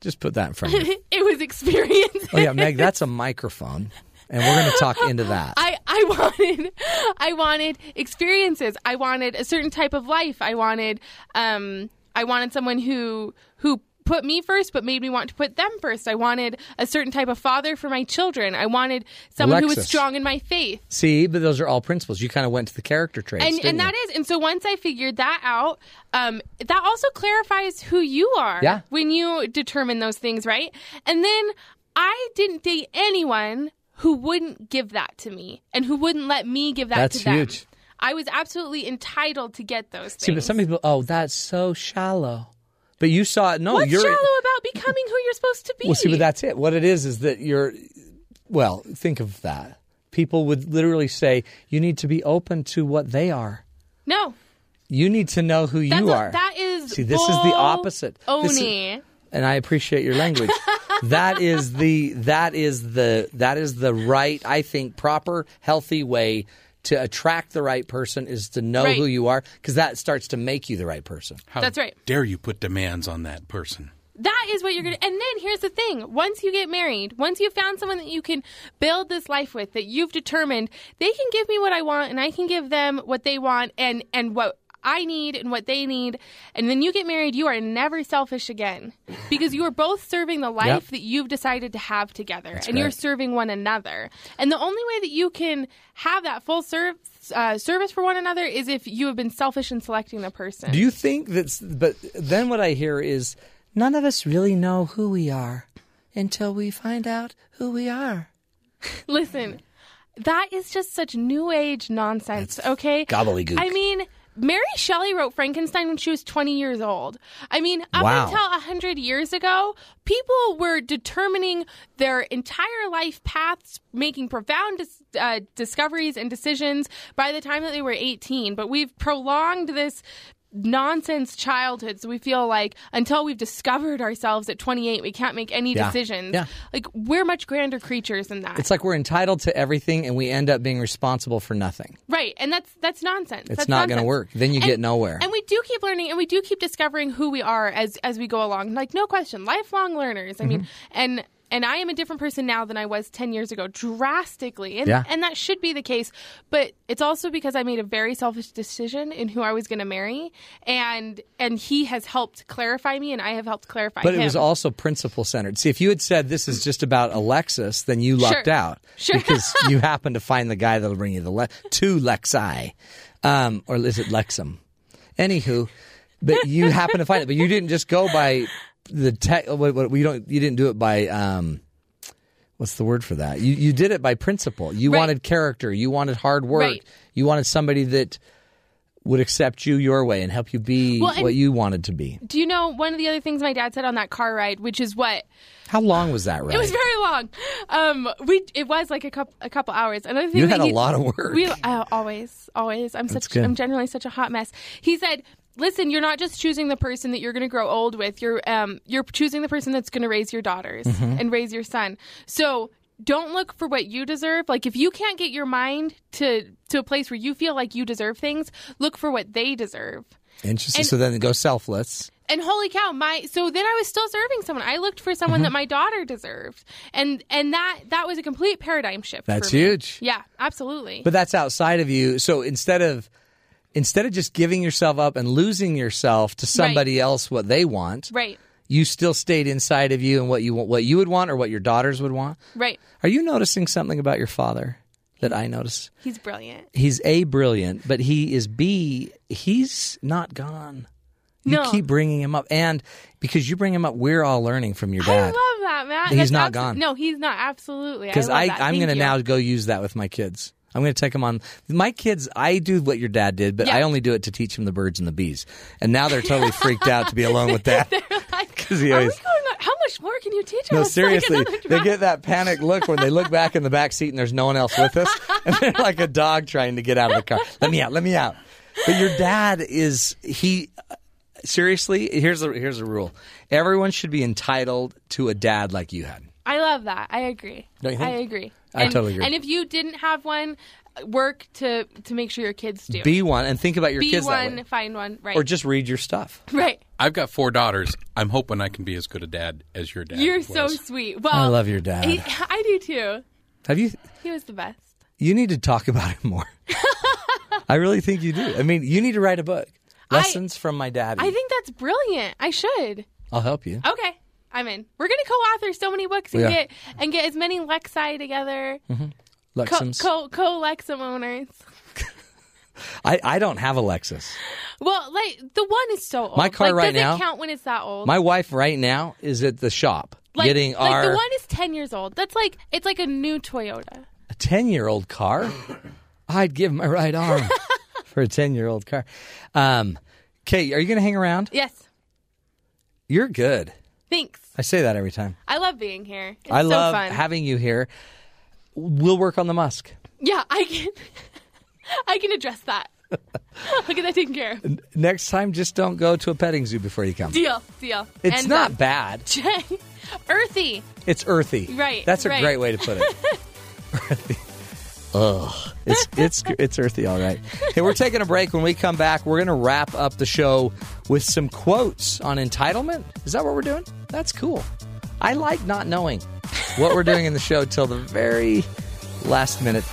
Just put that in front of you.
it was experience.
Oh yeah, Meg, that's a microphone, and we're going to talk into that.
I, I wanted I wanted experiences. I wanted a certain type of life. I wanted um I wanted someone who who put me first but made me want to put them first. I wanted a certain type of father for my children. I wanted someone who was
Alexis.
strong in my faith.
See, but those are all principles. You kind of went to the character traits,
And
didn't
and that
you?
is and so once I figured that out, um that also clarifies who you are
Yeah.
when you determine those things, right? And then I didn't date anyone who wouldn't give that to me and who wouldn't let me give that
That's
to them.
huge.
I was absolutely entitled to get those things.
See, but some people, oh, that's so shallow. But you saw it. No,
What's
you're
shallow about becoming who you're supposed to be?
well. See, but that's it. What it is is that you're. Well, think of that. People would literally say you need to be open to what they are.
no.
You need to know who
That's
you
a-
are.
that is
See, this is the opposite. This is-
Oni.
and I appreciate your language. that is the that is the that is the right, I think, proper, healthy way to attract the right person is to know
Right.
who you are because that starts to make you the right person.
How
That's right.
Dare you put demands on that person?
That is what you're gonna. And then here's the thing: once you get married, once you've found someone that you can build this life with, that you've determined they can give me what I want, and I can give them what they want, and and what I need and what they need, and then you get married, you are never selfish again because you are both serving the life
Yep.
that you've decided to have together, and you're
right.
serving one another. And the only way that you can have that full serve. Uh, service for one another is if you have been selfish in selecting the person.
Do you think that's but then what I hear is none of us really know who we are until we find out who we are.
Listen, that is just such new age nonsense, okay?
gobbledygook.
I mean, Mary Shelley wrote Frankenstein when she was 20 years old. I mean, up
Wow.
until 100 years ago, people were determining their entire life paths, making profound dis- uh, discoveries and decisions by the time that they were 18. But we've prolonged this nonsense childhood so we feel like until we've discovered ourselves at 28 we can't make any
Yeah.
decisions
Yeah.
like we're much grander creatures than that
It's like we're entitled to everything and we end up being responsible for nothing.
Right, and that's that's nonsense.
It's
That's
not gonna
nonsense.
work. Then you
And-
get nowhere.
And we do keep learning, and we do keep discovering who we are as as we go along. Like no question, lifelong learners. I
Mm-hmm.
mean, and and I am a different person now than I was ten years ago, drastically. And
Yeah.
and that should be the case. But it's also because I made a very selfish decision in who I was going to marry, and and he has helped clarify me, and I have helped clarify.
But
him.
it was also principle centered. See, if you had said this is just about Alexis, then you lucked
Sure.
out
Sure.
because you happen to find the guy that'll bring you the le- two Lexi, um, or is it Lexum? Anywho, but you happen to find it. But you didn't just go by the tech. What, what, you don't. You didn't do it by. Um, What's the word for that? You you did it by principle. You
Right.
wanted character. You wanted hard work.
Right.
You wanted somebody that would accept you your way and help you be
Well, and-
what you wanted to be.
Do you know one of the other things my dad said on that car ride, which is what
How long was that? Right.
It was very long. Um, we it was like a couple a couple hours. Another thing
You
that
had a
he-
lot of work.
We uh, always always. I'm such
good.
I'm generally such a hot mess. He said. Listen, you're not just choosing the person that you're going to grow old with. You're um, you're choosing the person that's going to raise your daughters
Mm-hmm.
and raise your son. So don't look for what you deserve. Like if you can't get your mind to to a place where you feel like you deserve things, look for what they deserve.
Interesting.
And-
so then go selfless.
and holy cow, my so then I was still serving someone. I looked for someone
Mm-hmm.
that my daughter deserved, and and that that was a complete paradigm shift. for
That's
me.
huge.
Yeah, absolutely.
But that's outside of you. So instead of instead of just giving yourself up and losing yourself to somebody else what they want,
right,
you still stayed inside of you and what you want, what you would want or what your daughters would want.
right.
Are you noticing something about your father that I notice?
He's brilliant.
He's A brilliant, but he is B he's not gone. You
No.
keep bringing him up and because you bring him up we're all learning from your
I
dad.
love that, Matt.
He's
That's
not
abso-
gone.
No, he's not. Absolutely.
because I,
I,
I am going to now go use that with my kids. I'm going to take them on. My kids, I do what your dad did, but
Yeah.
I only do it to teach them the birds and the bees. And now they're totally freaked out to be alone with dad. Because he
Are we
always.
going on- How much more can you teach
No,
us? Like
seriously,
another
they
drive.
get that panic look when they look back in the back seat and there's no one else with us, and they're like a dog trying to get out of the car. Let me out, let me out. But your dad is he. Seriously, here's a here's a rule. Everyone should be entitled to a dad like you had.
I love that. I agree.
Don't you think?
I agree.
I
and,
totally agree.
And if you didn't have one, work to to make sure your kids do.
Be one and think about your
Be
kids that
one,
way,
find one, right?
or just read your stuff.
right.
I've got four daughters. I'm hoping I can be as good a dad as your dad.
You're
was.
so sweet. Well,
I love your dad.
he- I do too.
Have you?
He was the best.
You need to talk about him more. I really think you do. I mean, you need to write a book. Lessons from my daddy.
I think that's brilliant. I should.
I'll help you.
Okay, I'm in. We're gonna co-author so many books and
Yeah.
get and get as many Lexi together. Co
Lexums.
co co Lexum owners.
I, I don't have a Lexus.
Well, like the one is so old.
My car
like,
right
does
now-
it count when it's that old?
My wife right now is at the shop
like,
getting
like
our
the one is ten years old. That's like it's like a new Toyota.
a 10 year old car. I'd give my right arm for a 10 year old car. Um, Kate, are you going to hang around?
Yes.
You're good.
Thanks.
I say that every time.
I love being here. It's
I
so
love
fun.
having you here. We'll work on the Musk.
yeah, I can. I can address that. I'll get that taken care of.
Next time, just don't go to a petting zoo before you come.
Deal. Deal.
It's
And,
not
um,
bad.
earthy.
It's earthy.
Right,
That's a
right.
great way to put it. earthy. Ugh. It's it's it's earthy, all right. Hey, we're taking a break. When we come back, we're gonna wrap up the show with some quotes on entitlement. Is that what we're doing? That's cool. I like not knowing what we're doing in the show till the very last minute.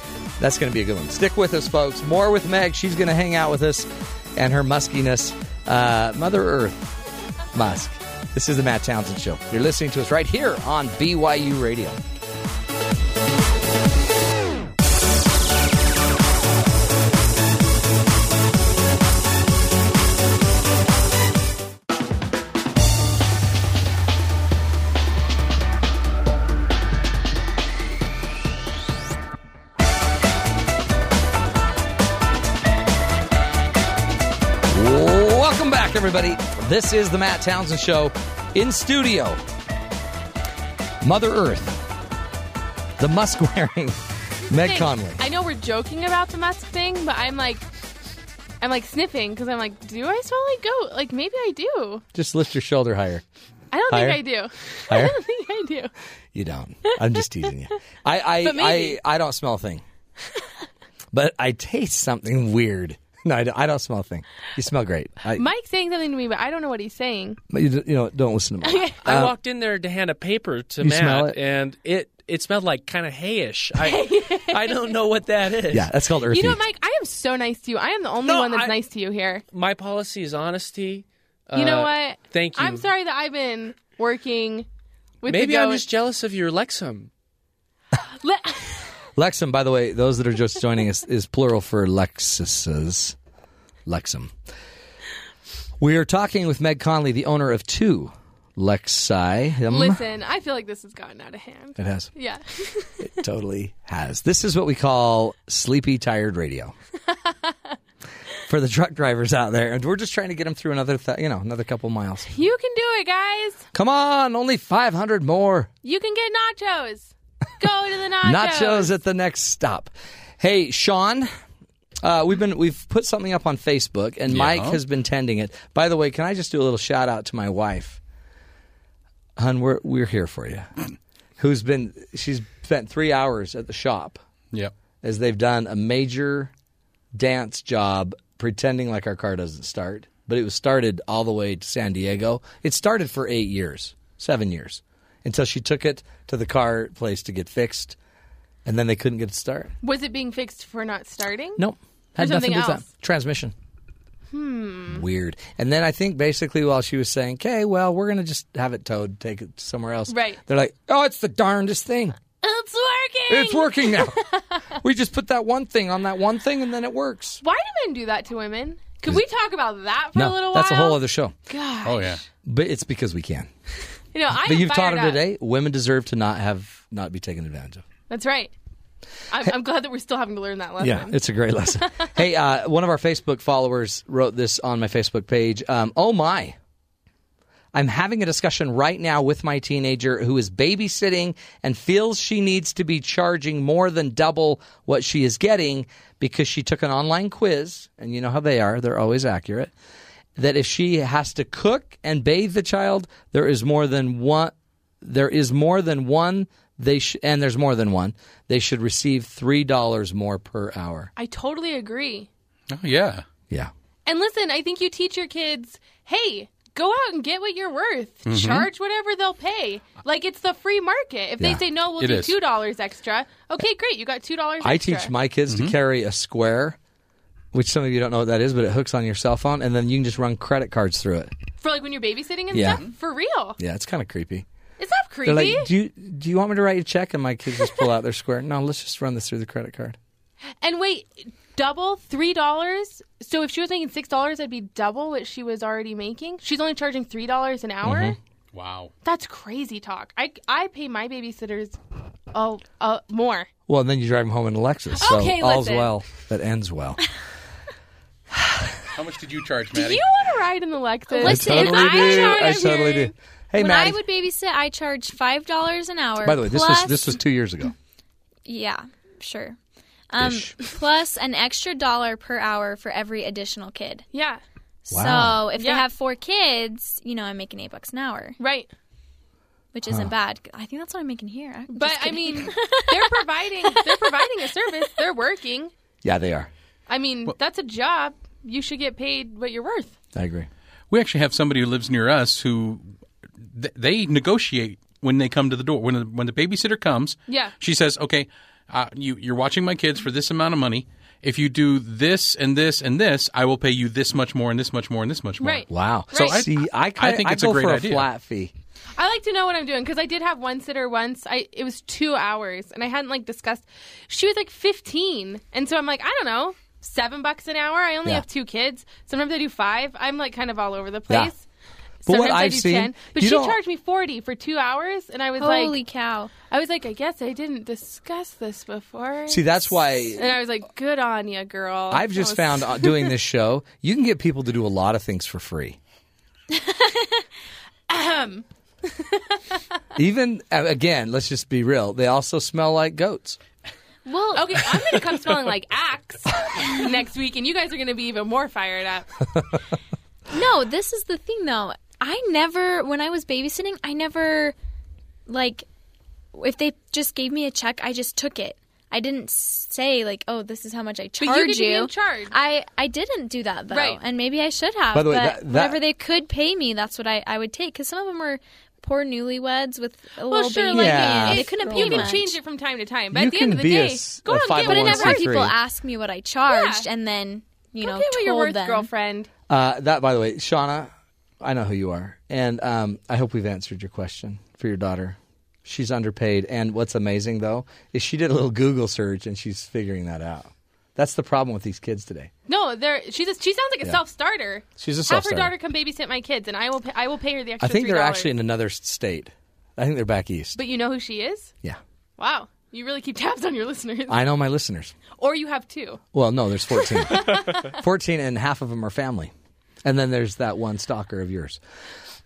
That's gonna be a good one. Stick with us, folks. More with Meg. She's gonna hang out with us and her muskiness. Uh, Mother Earth Musk. This is the Matt Townsend Show. You're listening to us right here on BYU Radio. Welcome back, everybody. This is the Matt Townsend Show in studio. Mother Earth, the musk wearing Meg
thing.
Conley.
I know we're joking about the musk thing, but I'm like, I'm like sniffing because I'm like, do I smell like goat? Like maybe I do.
Just lift your shoulder higher.
I don't
Higher?
think I do.
Higher?
I don't think I do.
You don't. I'm just teasing you. I I,
But
I
maybe.
I don't smell a thing, but I taste something weird. No, I don't, I don't smell a thing. You smell great. I,
Mike's saying something to me, but I don't know what he's saying.
but you, don't- you know, don't listen to me.
I
Um,
walked in there to hand a paper to
You smell
Matt,
it?
and it it smelled like kind of hayish. I I don't know what that is.
yeah, that's called earthy.
You know, what, Mike, I am so nice to you. I am the only
No,
one that's
I-
nice to you here.
My policy is honesty.
You know
Uh,
what?
Thank you.
I'm sorry that I've been working with the
Maybe I'm
goat.
just jealous of your Lexum.
Le-
Lexum, by the way, those that are just joining us is plural for Lexuses. Lexum. We are talking with Meg Conley, the owner of two Lexi. Um,
Listen, I feel like this has gotten out of hand.
It has.
Yeah.
Totally has. This is what we call sleepy, tired radio. For the truck drivers out there, and we're just trying to get them through another, th- you know, another couple miles.
you can do it, guys.
Come on, only five hundred more.
You can get nachos. Go to the
nachos at the next stop. Hey, Sean, uh, we've been we've put something up on Facebook, and Mike has been tending it. By the way, can I just do a little shout out to my wife, hun? We're we're here for you. Who's been? She's spent three hours at the shop
Yep.
as they've done a major dance job, pretending like our car doesn't start. but it was started all the way to San Diego. It started for eight years, seven years, until she took it to the car place to get fixed, and then they couldn't get it started.
Was it being fixed for not starting?
Nope.
For
Had nothing
something
to do with that.
else.
Transmission.
Hmm.
Weird. And then I think basically while she was saying, okay, well, we're going to just have it towed, take it somewhere else.
Right.
They're like, oh, it's the darndest thing.
It's working.
It's working now. we just put that one thing on that one thing and then it works.
Why do men do that to women? Could we talk about that for a
No,
little
that's a
while?
whole other show.
Gosh.
Oh, yeah. But it's because we can.
You know, I
but
am
you've taught
fired
them
up.
today women deserve to not have, not be taken advantage of.
That's right. I'm, I'm glad that we're still having to learn that lesson.
Yeah, it's a great lesson. hey, uh, one of our Facebook followers wrote this on my Facebook page. Um, oh my. I'm having a discussion right now with my teenager who is babysitting and feels she needs to be charging more than double what she is getting because she took an online quiz, and you know how they are, they're always accurate. That if she has to cook and bathe the child, there is more than one there is more than one they sh- and there's more than one they should receive $3 more per hour.
I totally agree.
Oh yeah. Yeah.
And listen, I think you teach your kids, hey, go out and get what you're worth.
Mhm.
Charge whatever they'll pay. Like it's the free market. If
Yeah,
they say no, we'll
it
do
is.
two dollars extra. Okay, great. You got two dollars.
I teach my kids to carry a square, which some of you don't know what that is, but it hooks on your cell phone, and then you can just run credit cards through it.
for like when you're babysitting and
Yeah.
stuff. For real,
Yeah, it's kind of creepy.
is that creepy?
They're like, do you, do you want me to write you a check? And my kids just pull out their square. No, let's just run this through the credit card.
and wait, double three dollars. So if she was making six dollars, that'd be double what she was already making. She's only charging three dollars an hour.
Mm-hmm.
Wow.
That's crazy talk. I I pay my babysitters, oh, uh, more.
Well, and then you drive them home in a Lexus. So
Okay,
all's
listen.
well that ends well.
How much did you charge,
Do
Maddie?
you want to ride in the Lexus?
I totally do.
charge-
I totally do. Hey,
when
Maddie.
I would babysit, I charged five dollars an hour.
By the way, this
plus,
was this was two years ago.
yeah, sure. Um,
Ish.
plus an extra dollar per hour for every additional kid.
Yeah.
Wow.
So if
Yeah.
they have four kids, you know I'm making eight bucks an hour.
Right.
Which
Huh.
isn't bad. I think that's what I'm making here. I'm
But
just
I
kidding.
mean, they're providing they're providing a service. They're working.
Yeah, they are.
I mean, that's a job. You should get paid what you're worth.
I agree.
We actually have somebody who lives near us who th- they negotiate when they come to the door. When the, when the babysitter comes,
Yeah.
she says, "Okay, uh, you, you're watching my kids for this amount of money. If you do this and this and this, I will pay you this much more and this much more and this much more."
Right.
Wow.
So I,
See, I,
I
kinda-
think
I
it's
go
a great
for
idea.
a flat fee.
I like to know what I'm doing because I did have one sitter once. I it was two hours and I hadn't like discussed. She was like 15, and so I'm like, I don't know, seven bucks an hour. I only
Yeah.
have two kids. Sometimes I do five. I'm like kind of all over the
Yeah.
place.
But what
Sometimes I
I've
do
seen,
10. but
you
she
don't-
charged me 40 for two hours, and I was like,
Holy cow.
I was like, I guess I didn't discuss this before.
See, that's why
and I was like, good on you, girl.
I've just
I was-
found uh, doing this show, you can get people to do a lot of things for free.
Ahem.
Even uh, again, let's just be real. They also smell like goats.
Well, okay, I'm going to come smelling like axe next week, and you guys are going to be even more fired up.
No, this is the thing though. I never, when I was babysitting, I never, like, if they just gave me a check, I just took it. I didn't say like, "Oh, this is how much I charge
you get to be in charge.
I I didn't do that though,
Right.
and maybe I should have.
By the way,
but
that- that-
whatever they could pay me, that's what I, I would take because some of them were poor newlyweds with a
Well,
little
sure,
baby.
like
Yeah.
it,
They couldn't pay
you can
much.
change it from time to time, but
You
at the
can
end of the
be a
day,
s-
go
a
out and
But
get
I
what
never had
C3.
people ask me what I charged, and then you know
Go get what you're
told
worth,
them.
girlfriend.
Uh, that, by the way, Shauna, I know who you are, and um, I hope we've answered your question for your daughter. She's underpaid, and what's amazing though is she did a little Google search and she's figuring that out. That's the problem with these kids today.
No, there. She's a, she sounds like a
Yeah.
self starter.
She's a
Have her
self-starter. daughter
daughter come babysit my kids, and I will. Pay, I will pay her the extra.
I think they're
$3.
actually in another s- state. I think they're back east.
But you know who she is?
Yeah,
Wow, you really keep tabs on your listeners.
I know my listeners.
Or you have two.
Well, no, there's 14. 14 and half of them are family. And then there's that one stalker of yours.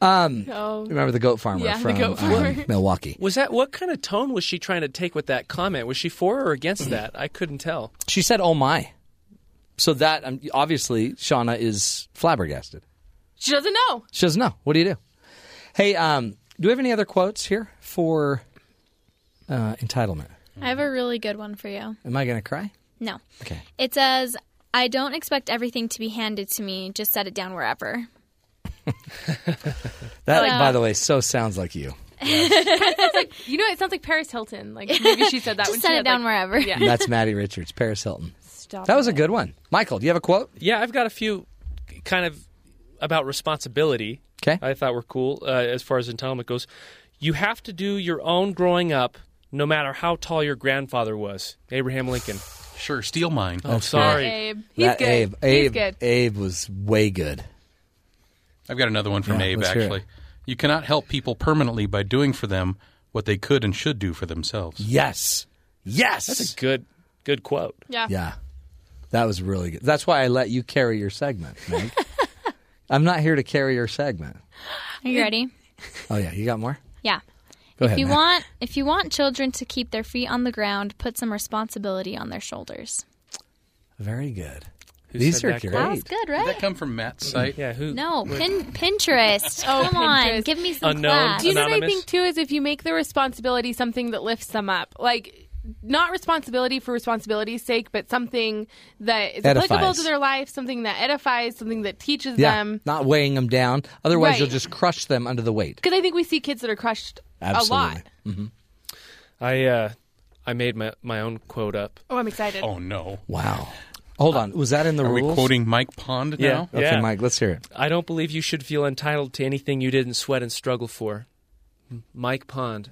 Um,
Oh.
Remember the goat farmer
Yeah, the
from
goat farmer.
Um, Milwaukee.
Was that what kind of tone was she trying to take with that comment? Was she for or against that? I couldn't tell.
She said, oh my. So that, um, obviously, Shauna is flabbergasted.
She doesn't know.
She doesn't know. What do you do? Hey, um, do we have any other quotes here for uh, entitlement?
I have a really good one for you.
Am I going to cry?
No.
Okay.
It says, I don't expect everything to be handed to me. Just set it down wherever.
That,
Like-
by the way, so sounds like you.
you know, it sounds like Paris Hilton. Like maybe she said that.
Just
when
set
she
it
had,
down
like-
wherever.
Yeah.
And that's Maddie Richards, Paris Hilton.
Stop
that was a good one. Michael, do you have a quote?
Yeah, I've got a few kind of about responsibility.
Okay.
I thought were cool uh, as far as entitlement goes. You have to do your own growing up, no matter how tall your grandfather was. Abraham Lincoln.
Sure, steal mine.
Oh.
I'm sorry.
That Abe. He's
That
good.
Abe.
He's
Abe,
good.
Abe was way good.
I've got another one from
Yeah,
Abe,
let's hear it.
actually. You cannot help people permanently by doing for them what they could and should do for themselves.
Yes. Yes.
That's a good, good quote.
Yeah.
yeah. That was really good. That's why I let you carry your segment, Meg. I'm not here to carry your segment.
Are you ready?
Oh, yeah. You got more?
Yeah.
Go
If
ahead.
you
Matt.
want, if you want children to keep their feet on the ground, put some responsibility on their shoulders.
Very good.
Who
These
said
are
that
great.
quote?
That was good,
Did that
right?
come from Matt's site?
Yeah, who?
No, pin, Pinterest. Oh, come on,
Pinterest.
give me some
Unknown.
class.
Do you know what I
Anonymous.
think too is if you make the responsibility something that lifts them up, like not responsibility for responsibility's sake, but something that is applicable
Edifies.
to their life, something that edifies, something that teaches
Yeah.
them.
Not weighing them down. Otherwise,
Right.
you'll just crush them under the weight.
Because I think we see kids that are crushed
Absolutely.
a lot.
I uh, I made my my own quote up.
Oh, I'm excited.
Oh, no.
Wow. Hold on. Was that in the
Are we
rules?
quoting Mike Pond
Yeah.
now?
Okay, Mike, let's hear it.
I don't believe you should feel entitled to anything you didn't sweat and struggle for. M- Mike Pond.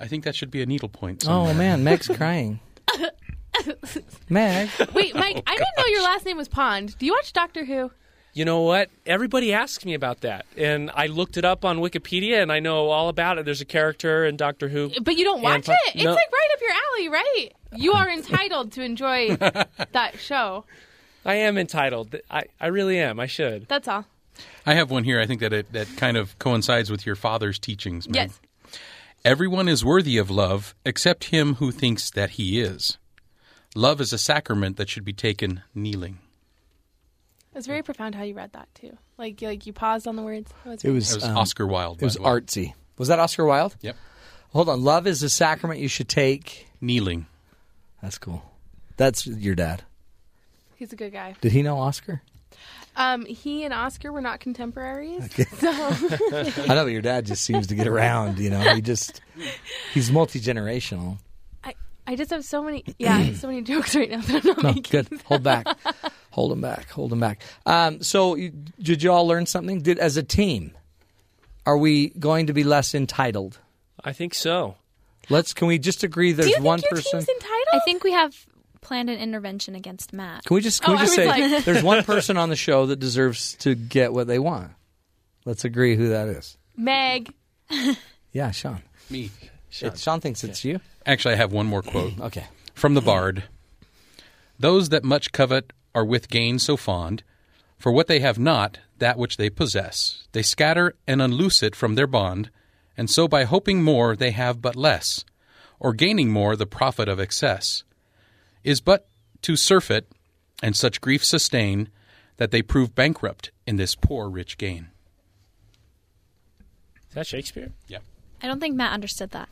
I think that should be a needle point.
Oh,
somewhere.
man. Meg's crying. Meg.
Wait, Mike, I didn't know your last name was Pond. Do you watch Doctor Who?
You know what? Everybody asks me about that, and I looked it up on Wikipedia, and I know all about it. There's a character in Doctor Who.
But you don't watch
Pon-
it. It's
no.
like right up your alley, right? You are entitled to enjoy that show.
I am entitled. I, I really am. I should.
That's all.
I have one here. I think that it, that kind of coincides with your father's teachings. Meg.
Yes.
Everyone is worthy of love except him who thinks that he is. Love is a sacrament that should be taken kneeling.
It's very profound how you read that too. Like you, like you paused on the words. Oh, it's
It was,
That was
um,
Oscar Wilde.
It
by
was
the way.
artsy. Was that Oscar Wilde?
Yep.
Hold on. Love is a sacrament you should take.
Kneeling.
That's cool. That's your dad.
he's a good guy.
Did he know Oscar?
Um, he and Oscar were not contemporaries.
I know, but your dad just seems to get around. You know, he just he's multi generational.
I, I just have so many, yeah, so many jokes right now that I'm not making.
Good. Hold back. Hold him back. Hold him back. Um, so, you, did you all learn something? Did as a team, are we going to be less entitled?
I think so.
Let's. Can we just agree? There's
Do you think
one
your
person.
team's entitled?
I think we have planned an intervention against Matt.
Can we just can
Oh,
we just
I
say
was like-
there's one person on the show that deserves to get what they want? Let's agree who that is.
Meg.
Yeah, Sean.
Me.
Sean, Sean thinks it's you.
Actually, I have one more quote.
Okay.
From the Bard Those that much covet are with gain so fond, for what they have not, that which they possess. They scatter and unloose it from their bond, and so by hoping more they have but less, or gaining more the profit of excess. Is but to surfeit, and such grief sustain, that they prove bankrupt in this poor rich gain.
Is that Shakespeare?
Yeah.
I don't think Matt understood that.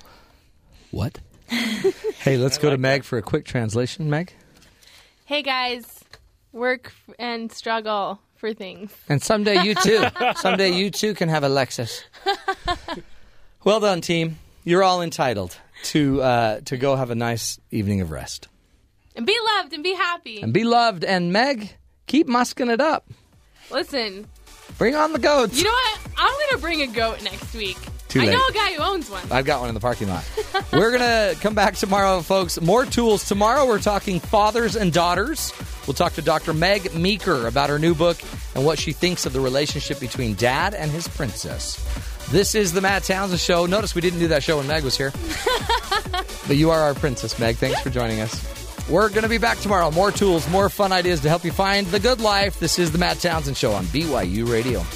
What? hey, let's go to Meg for a quick translation, Meg.
Hey guys, work f- and struggle for things.
And someday you too. someday you too can have a Lexus. well done, team. You're all entitled to uh, to go have a nice evening of rest
And be loved and be happy.
and be loved. And Meg, keep musking it up.
Listen,
Bring on the goats.
you know what? I'm gonna bring a goat next week.
Too
I know
late.
a guy who owns one.
I've got one in the parking lot. we're going to come back tomorrow, folks. More tools. Tomorrow, we're talking fathers and daughters. We'll talk to Dr. Meg Meeker about her new book and what she thinks of the relationship between dad and his princess. This is the Matt Townsend Show. Notice we didn't do that show when Meg was here. but you are our princess, Meg. Thanks for joining us. We're going to be back tomorrow. More tools, more fun ideas to help you find the good life. This is the Matt Townsend Show on BYU Radio.